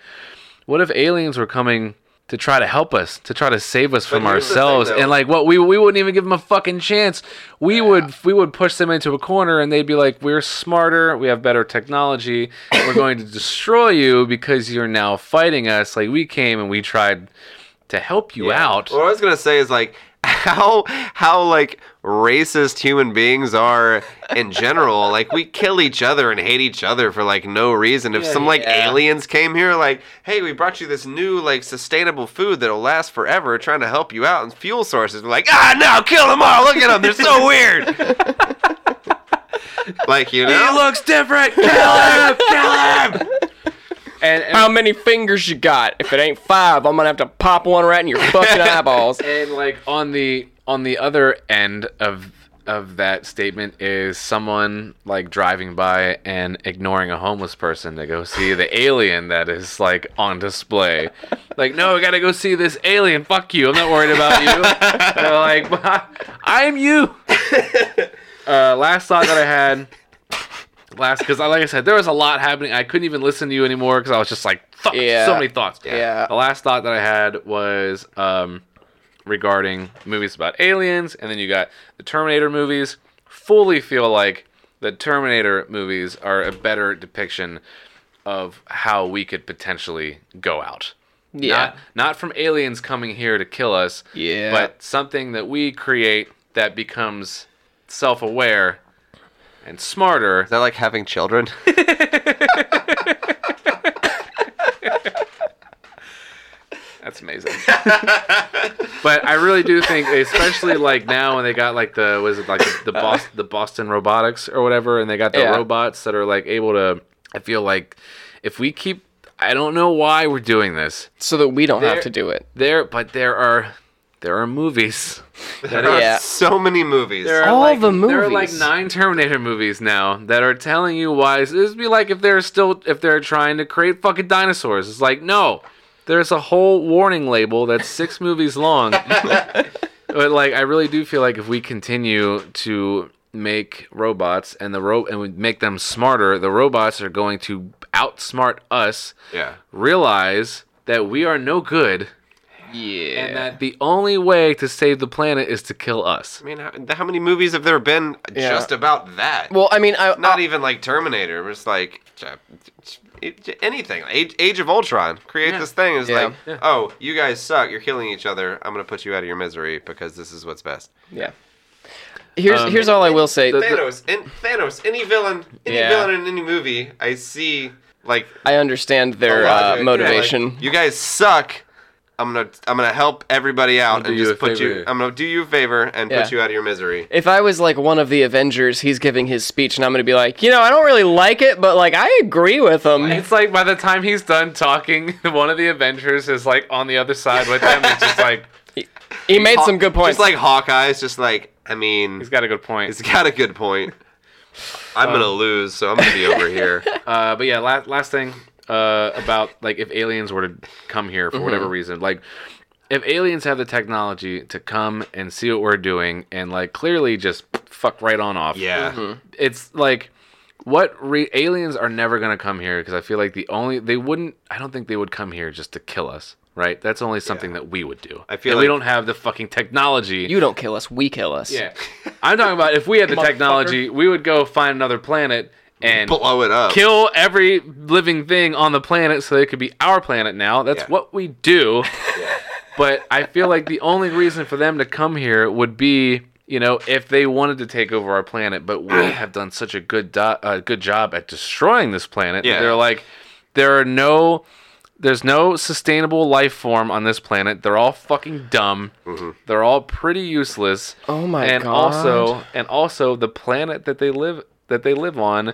what if aliens were coming to try to help us, to try to save us from here's the thing, ourselves, though. and like what we we wouldn't even give them a fucking chance. We would we would push them into a corner, and they'd be like, "We're smarter, we have better technology, we're going to destroy you because you're now fighting us." Like we came and we tried to help you out. What I was gonna say is like how how like racist human beings are in general. like we kill each other and hate each other for like no reason. If some like aliens came here, like, hey, we brought you this new like sustainable food that'll last forever, trying to help you out, and fuel sources, we're like, ah, no, kill them all. Look at them, they're so weird. like you know, He looks different. Kill him! Kill him! And, and How many fingers you got? If it ain't five, I'm gonna have to pop one right in your fucking eyeballs. and like on the on the other end of of that statement is someone like driving by and ignoring a homeless person to go see the alien that is like on display. Like, no, I gotta go see this alien. Fuck you. I'm not worried about you. They're like, I'm you. Uh, last thought that I had, last because like I said, there was a lot happening. I couldn't even listen to you anymore because I was just like, fuck, Yeah. so many thoughts. Yeah. The last thought that I had was um, regarding movies about aliens, and then you got the Terminator movies. Fully feel like the Terminator movies are a better depiction of how we could potentially go out. Yeah. Not, not from aliens coming here to kill us, Yeah. but something that we create that becomes self aware and smarter. they're like having children. That's amazing. but I really do think, especially like now when they got like the was it like the, the Boston the Boston robotics or whatever, and they got the Yeah. robots that are like able to. I feel like if we keep, I don't know why we're doing this so that we don't have There- to do it. there, but there are there are movies. That are, Yeah. so many movies. There are Oh, All like, the There are like movies. nine Terminator movies now that are telling you why. This would be like if they're still if they're trying to create fucking dinosaurs. It's like no, there's a whole warning label that's six movies long. but like I really do feel like if we continue to make robots and the ro- and we make them smarter, the robots are going to outsmart us. yeah. Realize that we are no good. Yeah. And that the only way to save the planet is to kill us. I mean, how, how many movies have there been just about that? Well, uh, I mean, I, not even like Terminator. It was like uh, it- it- anything. Age, Age of Ultron. Create this thing. It's like, oh, you guys suck. You're killing each other. I'm gonna put you out of your misery because this is what's best. yeah. Here's Um, here's all I will say. Thanos. In, Thanos. Any villain. Any Yeah. villain in any movie. I see like I understand their logic. uh, Yeah, motivation. like, you guys suck. I'm gonna I'm gonna help everybody out do and you just a put favor. you. I'm gonna do you a favor and Yeah. put you out of your misery. if I was like one of the Avengers, he's giving his speech, and I'm gonna be like, you know, I don't really like it, but like I agree with him. It's like by the time he's done talking, one of the Avengers is like on the other side with him. It's just like He made some good points. Just like Hawkeye's. Just like I mean. he's got a good point. He's got a good point. I'm gonna Um, lose, so I'm gonna be over here. Uh, but yeah, last last thing uh, about like if aliens were to come here for Mm-hmm. whatever reason, like if aliens have the technology to come and see what we're doing and like clearly just fuck right on off. Yeah, Mm-hmm. it's like what re- aliens are never going to come here because i feel like the only they wouldn't i don't think they would come here just to kill us right that's only something that we would do I feel And we like- don't have the fucking technology you don't kill us, we kill us. yeah i'm talking about if we had the technology we would go find another planet and blow it up. kill every living thing on the planet so they could be our planet now. That's Yeah. what we do. But I feel like the only reason for them to come here would be, you know, if they wanted to take over our planet. But we have done such a good do- uh, good job at destroying this planet. that Yeah. They're like, there are no. There's no sustainable life form on this planet. They're all fucking dumb. Mm-hmm. They're all pretty useless. Oh my and God. also, and also, the planet that they live that they live on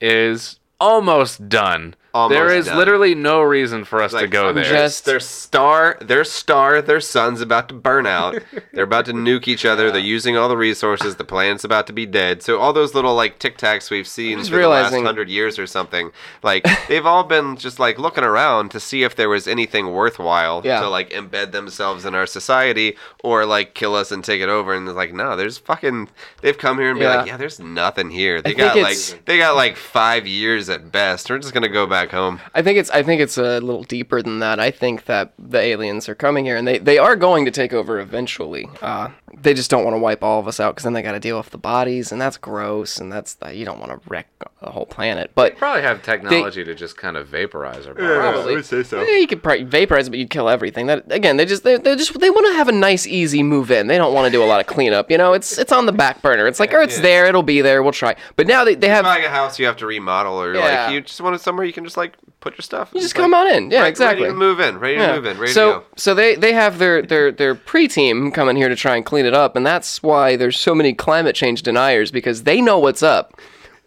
is almost done. Almost there is done. literally no reason for us to Like, go I'm there. Just Their star, their star, their sun's about to burn out. They're about to nuke each other. They're using all the resources. The planet's about to be dead. So all those little like tic tacs we've seen just for the realizing- last hundred years or something, like they've all been just like looking around to see if there was anything worthwhile Yeah. to like embed themselves in our society or like kill us and take it over. And it's like, no, there's fucking. They've come here and be Yeah. like, yeah, there's nothing here. They think got it's- like they got like five years at best. We're just gonna go back back home. I think it's I think it's a little deeper than that. I think that the aliens are coming here and they, they are going to take over eventually. Uh, they just don't want to wipe all of us out because then they got to deal with the bodies and that's gross and that's uh, you don't want to wreck the whole planet. But Probably have technology to just kind of vaporize our bodies. probably Yeah, you could probably vaporize it, but you'd kill everything. That again, they just they they just they want to have a nice easy move in. They don't want to do a lot of cleanup. You know, it's it's on the back burner. It's like or it's there, it'll be there. We'll try. But now they, they have Buying a house you have to remodel, or Yeah. like you just wanted somewhere you can just like put your stuff. you just come on in. Yeah, exactly. Ready to move in. Ready to move in. Ready so, to go. So they, they have their, their, their pre team coming here to try and clean it up, and that's why there's so many climate change deniers because they know what's up.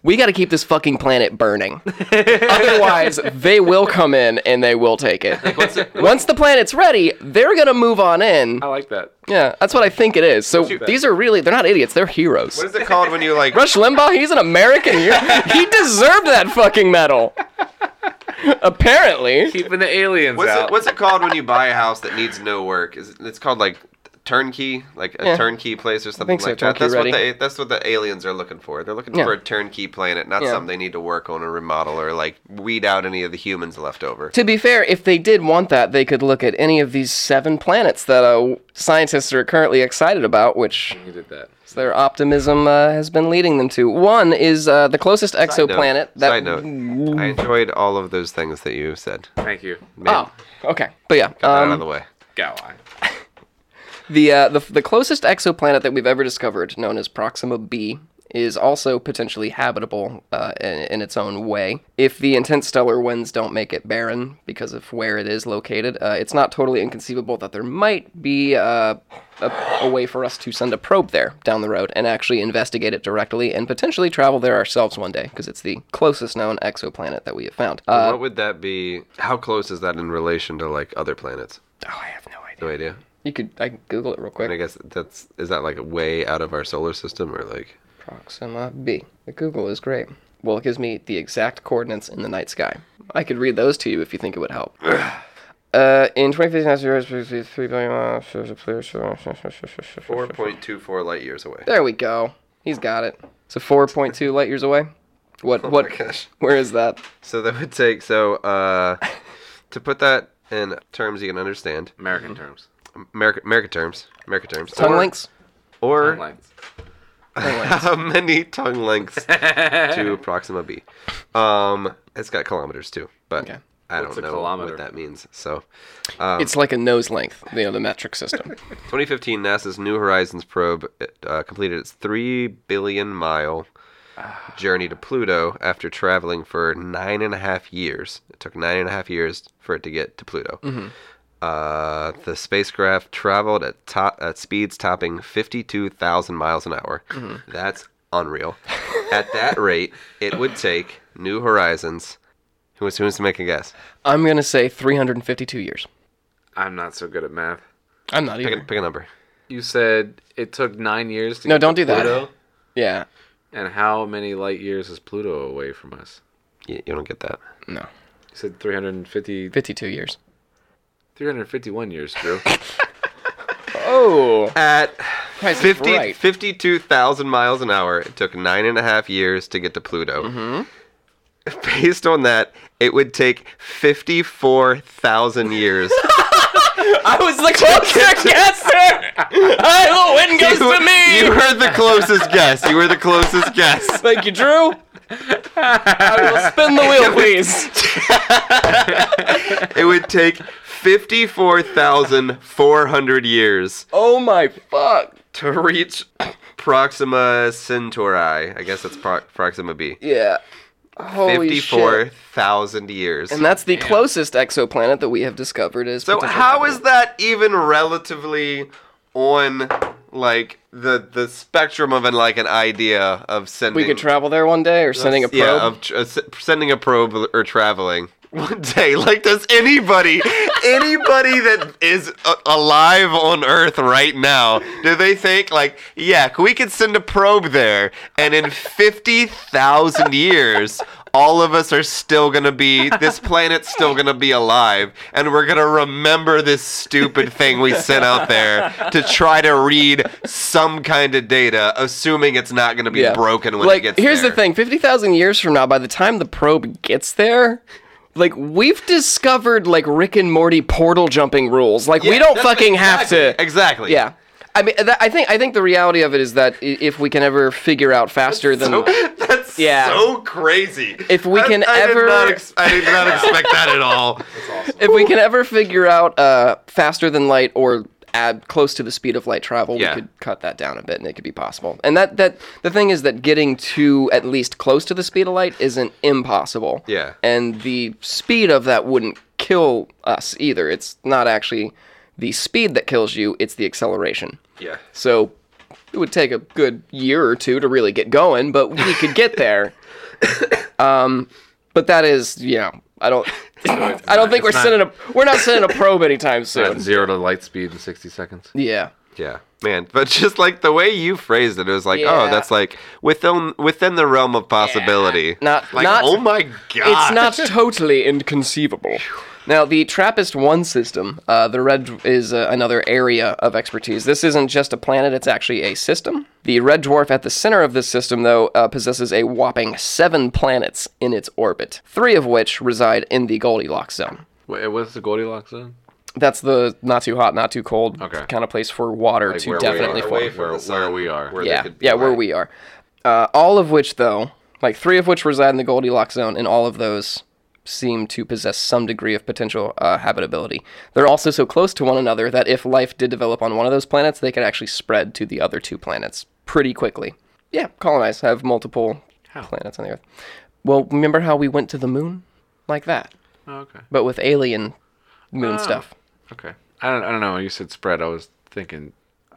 We got to keep this fucking planet burning. Otherwise, they will come in and they will take it. Once the planet's ready, they're going to move on in. Oh. I like that. Yeah, that's what I think it is. So these are really, they're not idiots, they're heroes. What is it called when you like? Rush Limbaugh, he's an American. He he deserved that fucking medal. Apparently. Keeping the aliens What's out. it, what's it called when you buy a house that needs no work? Is it, it's called like turnkey, like a turnkey place or something think so, like that. turnkey That's ready. what the that's what the aliens are looking for. They're looking Yeah. for a turnkey planet, not Yeah. something they need to work on or remodel or like weed out any of the humans left over. To be fair, if they did want that, they could look at any of these seven planets that uh, scientists are currently excited about, which you did that. their optimism uh, has been leading them to. One is uh, the closest Side note- exoplanet that. Side note: I enjoyed all of those things that you said. Thank you. Man, Oh, okay, but yeah, got that out um, of the way. Gowai. the, uh, the the closest exoplanet that we've ever discovered, known as Proxima b, is also potentially habitable uh, in, in its own way. If the intense stellar winds don't make it barren because of where it is located, uh, it's not totally inconceivable that there might be uh, a, a way for us to send a probe there down the road and actually investigate it directly and potentially travel there ourselves one day because it's the closest known exoplanet that we have found. Uh, what would that be? How close is that in relation to like other planets? oh, I have no idea. No idea. You could I can Google it real And I quick. guess that's is that like way out of our solar system or like Proxima b. The Google is great. Well, it gives me the exact coordinates in the night sky. I could read those to you if you think it would help. Uh, in 2015, asteroids, three billion miles. four point two four light years away? There we go. He's got it. So 4.2 light years away. What? what? Oh gosh. Where is that? So that would take so uh, to put that in terms you can understand, American terms. America, America terms, America terms, Tongue or, links. or Lines. how many tongue lengths to Proxima B? Um, it's got kilometers too, but I What's don't a know kilometer? what that means. So, Ah. It's like a nose length. You know the metric system. 2015, NASA's New Horizons probe uh, completed its three billion mile journey to Pluto after traveling for nine and a half years. It took nine and a half years for it to get to Pluto. Uh, the spacecraft traveled at top at speeds topping 52,000 miles an hour. That's unreal. at that rate, it would take New Horizons. Who wants, who wants to make a guess? I'm gonna say 352 years. I'm not so good at math. I'm not Pick a, even. pick a number. You said it took nine years to No, get don't to do that. Pluto? Yeah. And how many light years is Pluto away from us? You, you don't get that. No. You said 350, 52 years. 351 years, Drew. Oh. At Christ, 50, right. 52,000 miles an hour. It took nine and a half years to get to Pluto. Based on that, it would take 54,000 years. I was the closest guesser. I, the win goes you, to me. you heard the closest guess. You were the closest guess. Thank you, Drew. I will spin the wheel, please. It would take 54,400 years Oh my fuck. to reach Proxima Centauri. I guess that's Pro- Proxima B. Yeah. Holy shit. 54,000 years. And that's the closest exoplanet that we have discovered is. So how is that even relatively on like the the spectrum of an like an idea of sending we could travel there one day or sending a probe? yeah of tr- uh, s- sending a probe or traveling one day like does anybody anybody that is a- alive on earth right now do they think like yeah we could send a probe there and in 50,000 years all of us are still gonna be this planet's still gonna be alive and we're gonna remember this stupid thing we sent out there to try to read some kind of data assuming it's not gonna be Yeah. broken when like, it gets here's there. the thing: fifty thousand years from now, by the time the probe gets there, Like we've discovered like Rick and Morty portal jumping rules. Like we Yeah, don't that's fucking have to. Exactly. Yeah. I mean, that, I think I think the reality of it is that i- if we can ever figure out faster than So, that's Yeah. so crazy. If we I- can I did ever- not ex- I did not expect that at all. if we can ever figure out uh, faster than light or add close to the speed of light travel, Yeah. we could cut that down a bit, and it could be possible. And that that the thing is that getting to at least close to the speed of light isn't impossible. Yeah. And the speed of that wouldn't kill us either. It's not actually the speed that kills you; it's the acceleration. Yeah. So it would take a good year or two to really get going, but we could get there. um, but that is, you know, I don't. I don't think we're sending a we're not sending a probe anytime At soon. zero to light speed in 60 seconds. Yeah. Yeah, man. But just like the way you phrased it, it was like, oh, Yeah. that's like within within the realm of possibility. Not like, not oh my god, Ah. it's not totally inconceivable. Now, the Trappist 1 system, uh, the Red Dw- is uh, another area of expertise. This isn't just a planet, it's actually a system. The Red Dwarf at the center of this system, though, uh, possesses a whopping seven planets in its orbit, three of which reside in the Goldilocks zone. Wait, what's the Goldilocks zone? That's the not too hot, not too cold Okay. kind of place for water Like to where we definitely form. are, where- where we are. where they Yeah, could be yeah, where like- we are. Uh, all of which, though, like three of which reside in the Goldilocks zone, and all of those seem to possess some degree of potential uh, habitability. They're also so close to one another that if life did develop on one of those planets, they could actually spread to the other two planets pretty quickly. Yeah, colonize, have multiple planets on the Earth. Well, remember how we went to the moon? Like that, Oh, okay. but with alien moon Oh. stuff. Okay. I don't, I don't know. When you said spread, I was thinking,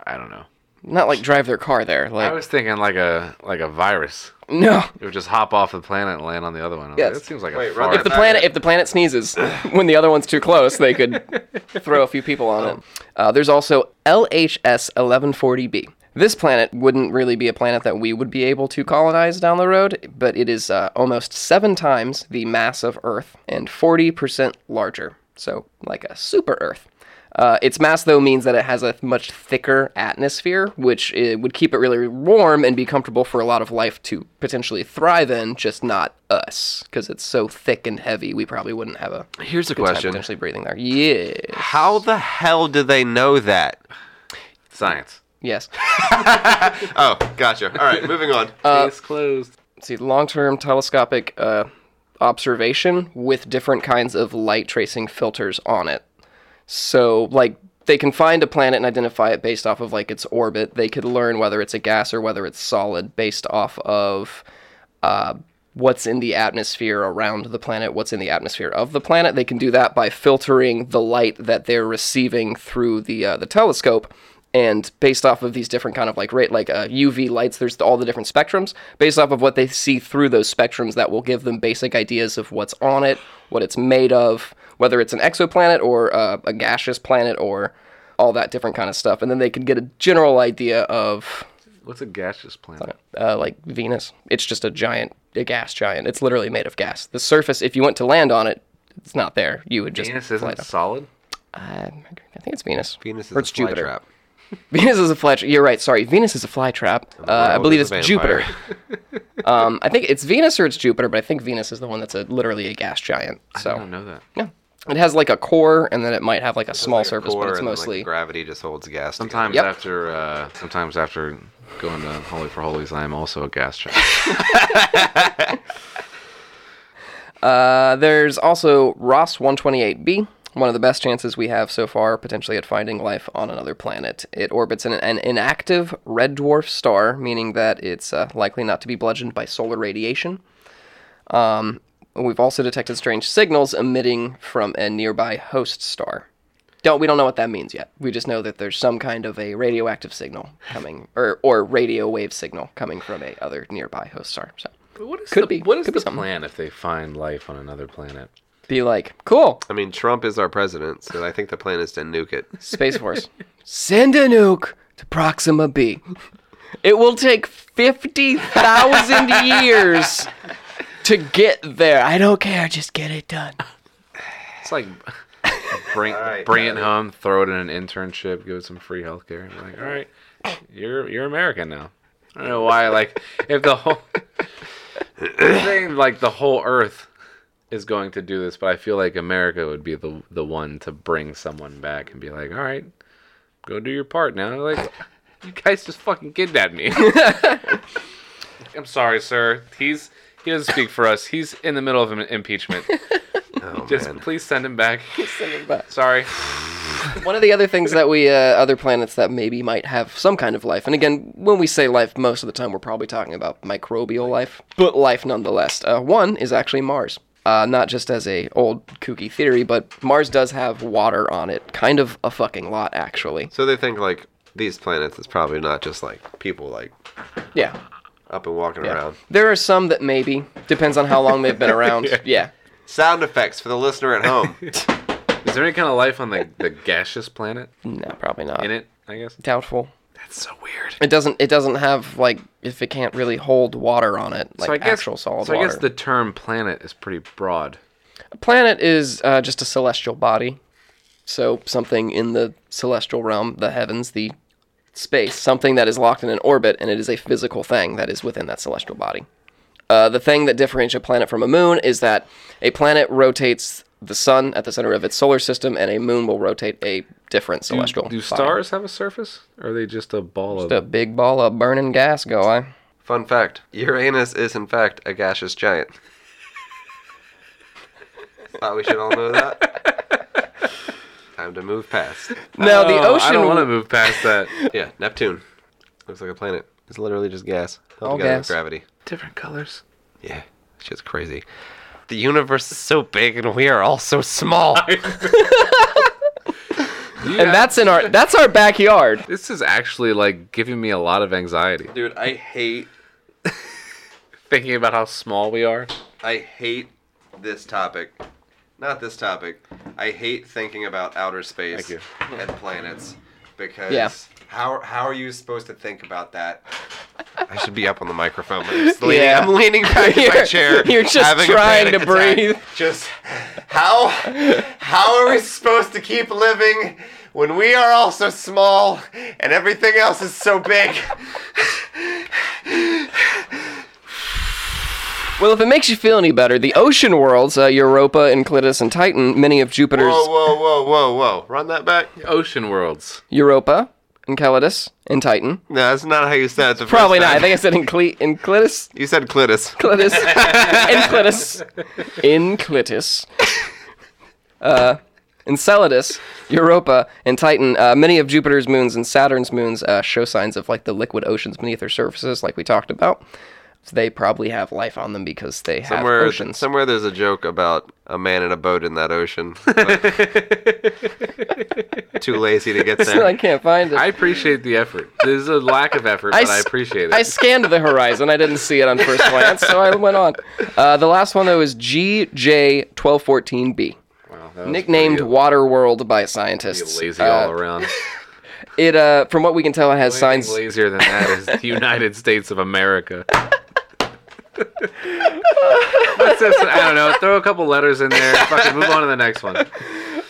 I don't know. Not like drive their car there. Like, I was thinking like a like a virus. no. It would just hop off the planet and land on the other one. I was Yes. Like, that seems like Wait, a rather- far. if the planet if the planet sneezes when the other one's too close they could throw a few people on it uh, there's also lhs 1140b this planet wouldn't really be a planet that we would be able to colonize down the road but it is uh, almost seven times the mass of earth and 40% larger so like a super earth uh, its mass, though, means that it has a much thicker atmosphere, which uh would keep it really warm and be comfortable for a lot of life to potentially thrive in, just not us, because it's so thick and heavy. We probably wouldn't have a Here's the good time question. potentially breathing there. Yeah. How the hell do they know that? Science. Yes. Oh, gotcha. All right, moving on. Uh, Case closed. See, long-term telescopic uh, observation with different kinds of light tracing filters on it. So, like, they can find a planet and identify it based off of like its orbit. They could learn whether it's a gas or whether it's solid based off of uh, what's in the atmosphere around the planet, what's in the atmosphere of the planet. They can do that by filtering the light that they're receiving through the uh, the telescope. And based off of these different kind of like rate, like uh, UV lights, there's all the different spectrums. Based off of what they see through those spectrums, that will give them basic ideas of what's on it, what it's made of, whether it's an exoplanet or uh, a gaseous planet or all that different kind of stuff. And then they could get a general idea of What's a gaseous planet? uh, like Venus. It's just a giant, a gas giant. It's literally made of gas. The surface, if you went to land on it, it's not there. You would just. Venus light isn't up. solid. Uh, I think it's Venus. Venus is or a it's Jupiter. flytrap. Venus is a fly trap. You're right. Sorry, Venus is a fly trap. Uh, I world believe is it's a Jupiter. vampire. um, I think it's Venus or it's Jupiter, but I think Venus is the one that's a, literally a gas giant. So I don't know that. yeah, it has like a core, and then it might have like a small Like a surface, core but it's and, like, mostly gravity just holds gas. together. Sometimes Yep. after, uh, sometimes after going to Holy for Holies, I am also a gas giant. Uh, there's also Ross 128b, one of the best chances we have so far potentially at finding life on another planet. It orbits in an, an inactive red dwarf star, meaning that it's uh, likely not to be bludgeoned by solar radiation. Um, we've also detected strange signals emitting from a nearby host star. Don't we don't know what that means yet. We just know that there's some kind of a radioactive signal coming, or or radio wave signal coming from a other nearby host star. So what is Could the, be. What is Could be the something. plan if they find life on another planet? be like, cool, I mean, Trump is our president, so I think the plan is to nuke it. Space Force. Send a nuke to Proxima B. It will take 50,000 years to get there. I don't care. Just get it done. It's like bring bring it home, throw it in an internship, give it some free healthcare. I'm like, all right, you're you're American now. I don't know why. Like, if the whole saying like the whole Earth is going to do this, but I feel like America would be the the one to bring someone back and be like, "All right, go do your part now." Like, you guys just fucking kidnapped me. I'm sorry, sir. He's he doesn't speak for us. He's in the middle of an impeachment. Oh, Just man. please send him back. Send them back. Sorry. One of the other things that we, uh, other planets that maybe might have some kind of life, and again, when we say life, most of the time we're probably talking about microbial life, but life nonetheless. Uh, one is actually Mars. Uh, not just as a old kooky theory, but Mars does have water on it, kind of a fucking lot actually. So they think like these planets is probably not just like people like Yeah, up and walking yeah. around. There are some that maybe depends on how long they've been around. yeah. Sound effects for the listener at home. Is there any kind of life on the, the gaseous planet no, probably not. in it? I guess Doubtful. that's so weird. It doesn't. It doesn't have like if it can't really hold water on it, like so I guess actual solid so I water. guess the term planet is pretty broad. planet is uh, just a celestial body, so something in the celestial realm, the heavens, the space, something that is locked in an orbit, and it is a physical thing that is within that celestial body. Uh, the thing that differentiates a planet from a moon is that a planet rotates the sun at the center of its solar system, and a moon will rotate a different Do, celestial. do body. stars have a surface? Or are they just a ball Just a of? big ball of burning gas go I? Fun fact: Uranus is in fact a gaseous giant. Thought we should all know that. Time to move past. Now the Oh, ocean. I don't want to move past that. Yeah, Neptune looks like a planet. It's literally just gas held All together gas. with gravity. Different colors. Yeah, shit's crazy. The universe is so big and we are all so small. and that's in our that's our backyard. This is actually like giving me a lot of anxiety. Dude, I hate Thinking about how small we are. I hate this topic. Not this topic. I hate thinking about outer space Thank and planets because Yeah. how how are you supposed to think about that? I should be up on the microphone. But I'm, just leaning, Yeah. I'm leaning back in my You're- chair. you're just having a trying panic to attack. breathe. Just how how are we supposed to keep living when we are all so small and everything else is so big? Well, if it makes you feel any better, the ocean worlds, uh, Europa, Enceladus, and Titan, many of Jupiter's Whoa, whoa, whoa, whoa, whoa! Run that back. Ocean worlds. Europa, Enceladus, and Titan. No, that's not how you said it. The Probably first not. time. I think I said Encle- Enceladus. You said clitus. Enceladus. Enceladus. Enceladus. Uh, Enceladus, Europa, and Titan. Uh, many of Jupiter's moons and Saturn's moons uh, show signs of like the liquid oceans beneath their surfaces, like we talked about. So they probably have life on them because they Somewhere, have oceans. somewhere there's a joke about a man in a boat in that ocean. but too lazy to get there. I can't find it. I appreciate the effort. There's a lack of effort, I but I s- appreciate it. I scanned the horizon. I didn't see it on first glance, so I went on. Uh, the last one though is GJ1214b, Wow, that was nicknamed pretty- Water World by pretty scientists. Lazy Uh, all around. It, uh, from what we can tell, it has Signs signs. lazier than that is the United States of America. What's this? I don't know. Throw a couple letters in there. Fucking move on to the next one.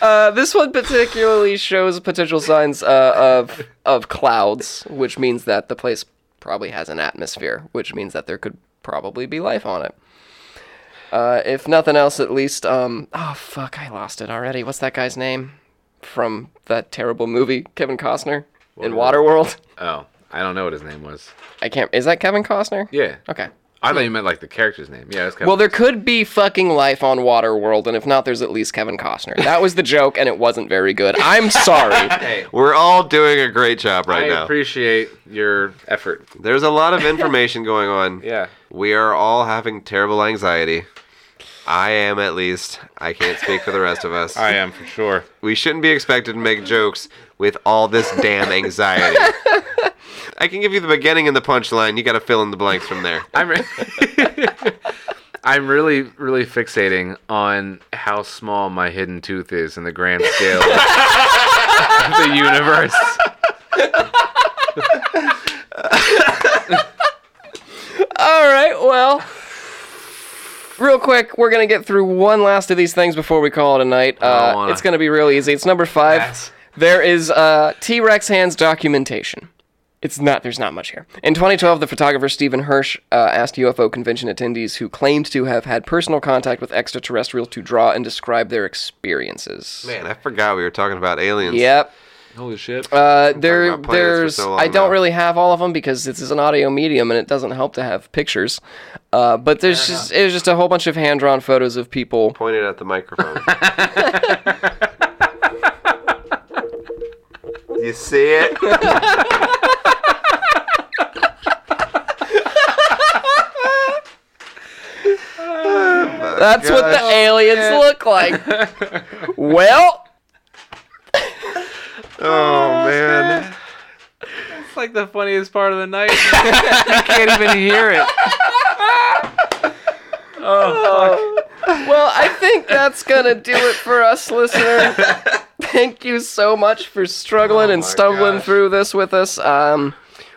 Uh, this one particularly shows potential signs uh, of of clouds, which means that the place probably has an atmosphere, which means that there could probably be life on it. Uh, if nothing else, at least um, oh fuck, I lost it already. What's that guy's name from that terrible movie, Kevin Costner in Waterworld? Oh, I don't know what his name was. I can't. Is that Kevin Costner? Yeah. Okay. I thought you meant like the character's name. Yeah, it's kind Well, there could be fucking life on Waterworld, and if not, there's at least Kevin Costner. That was the joke, and it wasn't very good. I'm sorry. We're all doing a great job right I now. appreciate your effort. there's a lot of information going on. Yeah. We are all having terrible anxiety. I am at least. I can't speak for the rest of us. I am for sure. We shouldn't be expected to make jokes with all this damn anxiety. I can give you the beginning and the punchline. You got to fill in the blanks from there. I'm re- I'm really, really fixating on how small my hidden tooth is in the grand scale of the universe. All right, well, real quick, we're gonna get through one last of these things before we call it a night. don't Uh, wanna. it's gonna be real easy. It's number five. Pass. There is uh, T Rex hands documentation. it's not there's not much here in 2012 the photographer stephen hirsch uh, asked ufo convention attendees who claimed to have had personal contact with extraterrestrials to draw and describe their experiences Man, I forgot we were talking about aliens. yep Holy shit. uh, there, about planets for there's. so long I don't now. really have all of them because this is an audio medium and it doesn't help to have pictures. Uh, but there's just it was just a whole bunch of hand drawn photos of people. Pointed at the microphone. you see it? That's what the aliens look like. well, Oh man. It's like the funniest part of the night. you can't even hear it. well, I think that's gonna do it for us, listener. Thank you so much for Oh struggling and stumbling through this with us. Um,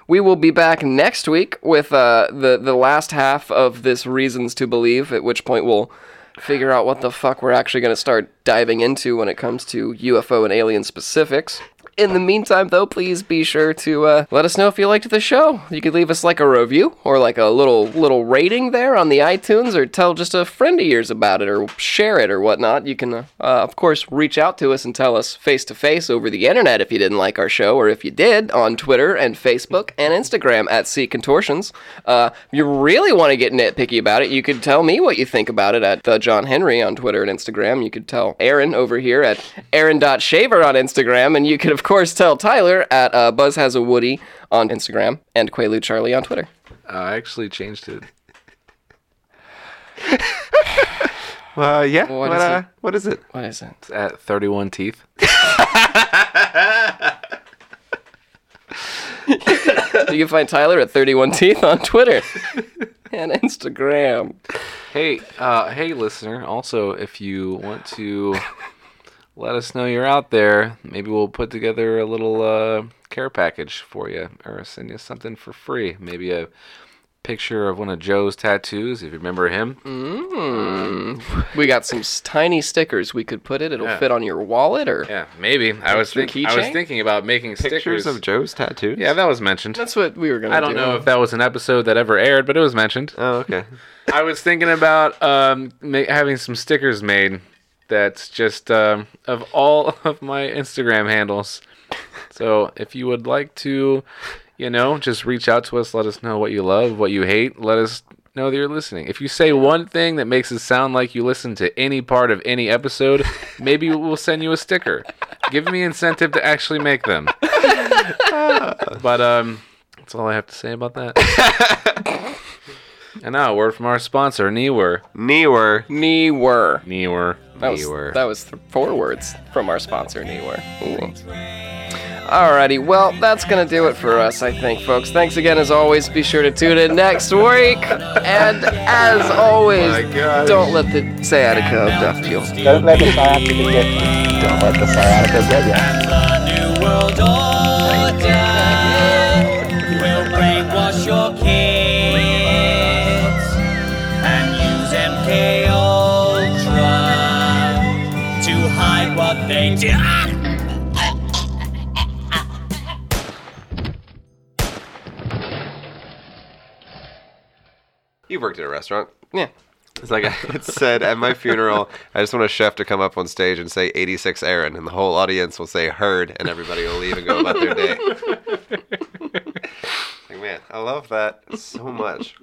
we will be back next week with uh, the the last half of this reasons to believe. At which point we'll figure out what the fuck we're actually going to start diving into when it comes to UFO and alien specifics. In the meantime, though, please be sure to uh, let us know if you liked the show. You could leave us like a review or like a little little rating there on the iTunes, or tell just a friend of yours about it, or share it, or whatnot. You can, uh, of course, reach out to us and tell us face to face over the internet if you didn't like our show, or if you did on Twitter and Facebook and Instagram at C Contortions. Uh, if you really want to get nitpicky about it, you could tell me what you think about it at uh, John Henry on Twitter and Instagram. You could tell Aaron over here at Aaron.shaver on Instagram. And you could, of course, tell Tyler at uh, Buzz Has a Woody on Instagram and Quaalude Charlie on Twitter. Uh, I actually changed it. Well, yeah. What, is uh, what is it? What is it? It's at 31 teeth. you can find Tyler at 31 Teeth on Twitter and Instagram. Hey, uh, hey, listener. Also, if you want to let us know you're out there, maybe we'll put together a little uh, care package for you, or send you something for free. Maybe a picture of one of Joe's tattoos, if you remember him. We got some s- tiny stickers we could put it. It'll fit on your wallet or. Yeah, maybe. I was your think- I was keychain? thinking about making Pictures stickers of Joe's tattoos? Yeah, that was mentioned. That's what we were going to I don't know if that was an episode that ever aired, but it was mentioned. Oh, okay. I was thinking about um, ma- having some stickers made. That's just um, of all of my Instagram handles. So if you would like to, you know, just reach out to us. Let us know what you love, what you hate. Let us know that you're listening. If you say one thing that makes it sound like you listen to any part of any episode, maybe we'll send you a sticker. Give me incentive to actually make them. but um, that's all I have to say about that. and now a word from our sponsor, Neewer. Newer. Knee were. Neewer. That was, Neewer. that was th- four words from our sponsor, Neewer. Ooh. Alrighty, well, that's going to do it for us, I think, folks. Thanks again, as always. Be sure to tune in next week. And as always, don't let the sciatica abduct you. Don't let the sciatica get you. Don't let the sciatica get you. And the new world order will brainwash your kids and use MK Ultra to hide what they did. You've worked at a restaurant. Yeah. It's like I had said at my funeral, I just want a chef to come up on stage and say 86 Aaron, and the whole audience will say heard, and everybody will leave and go about their day. like, man, I love that so much.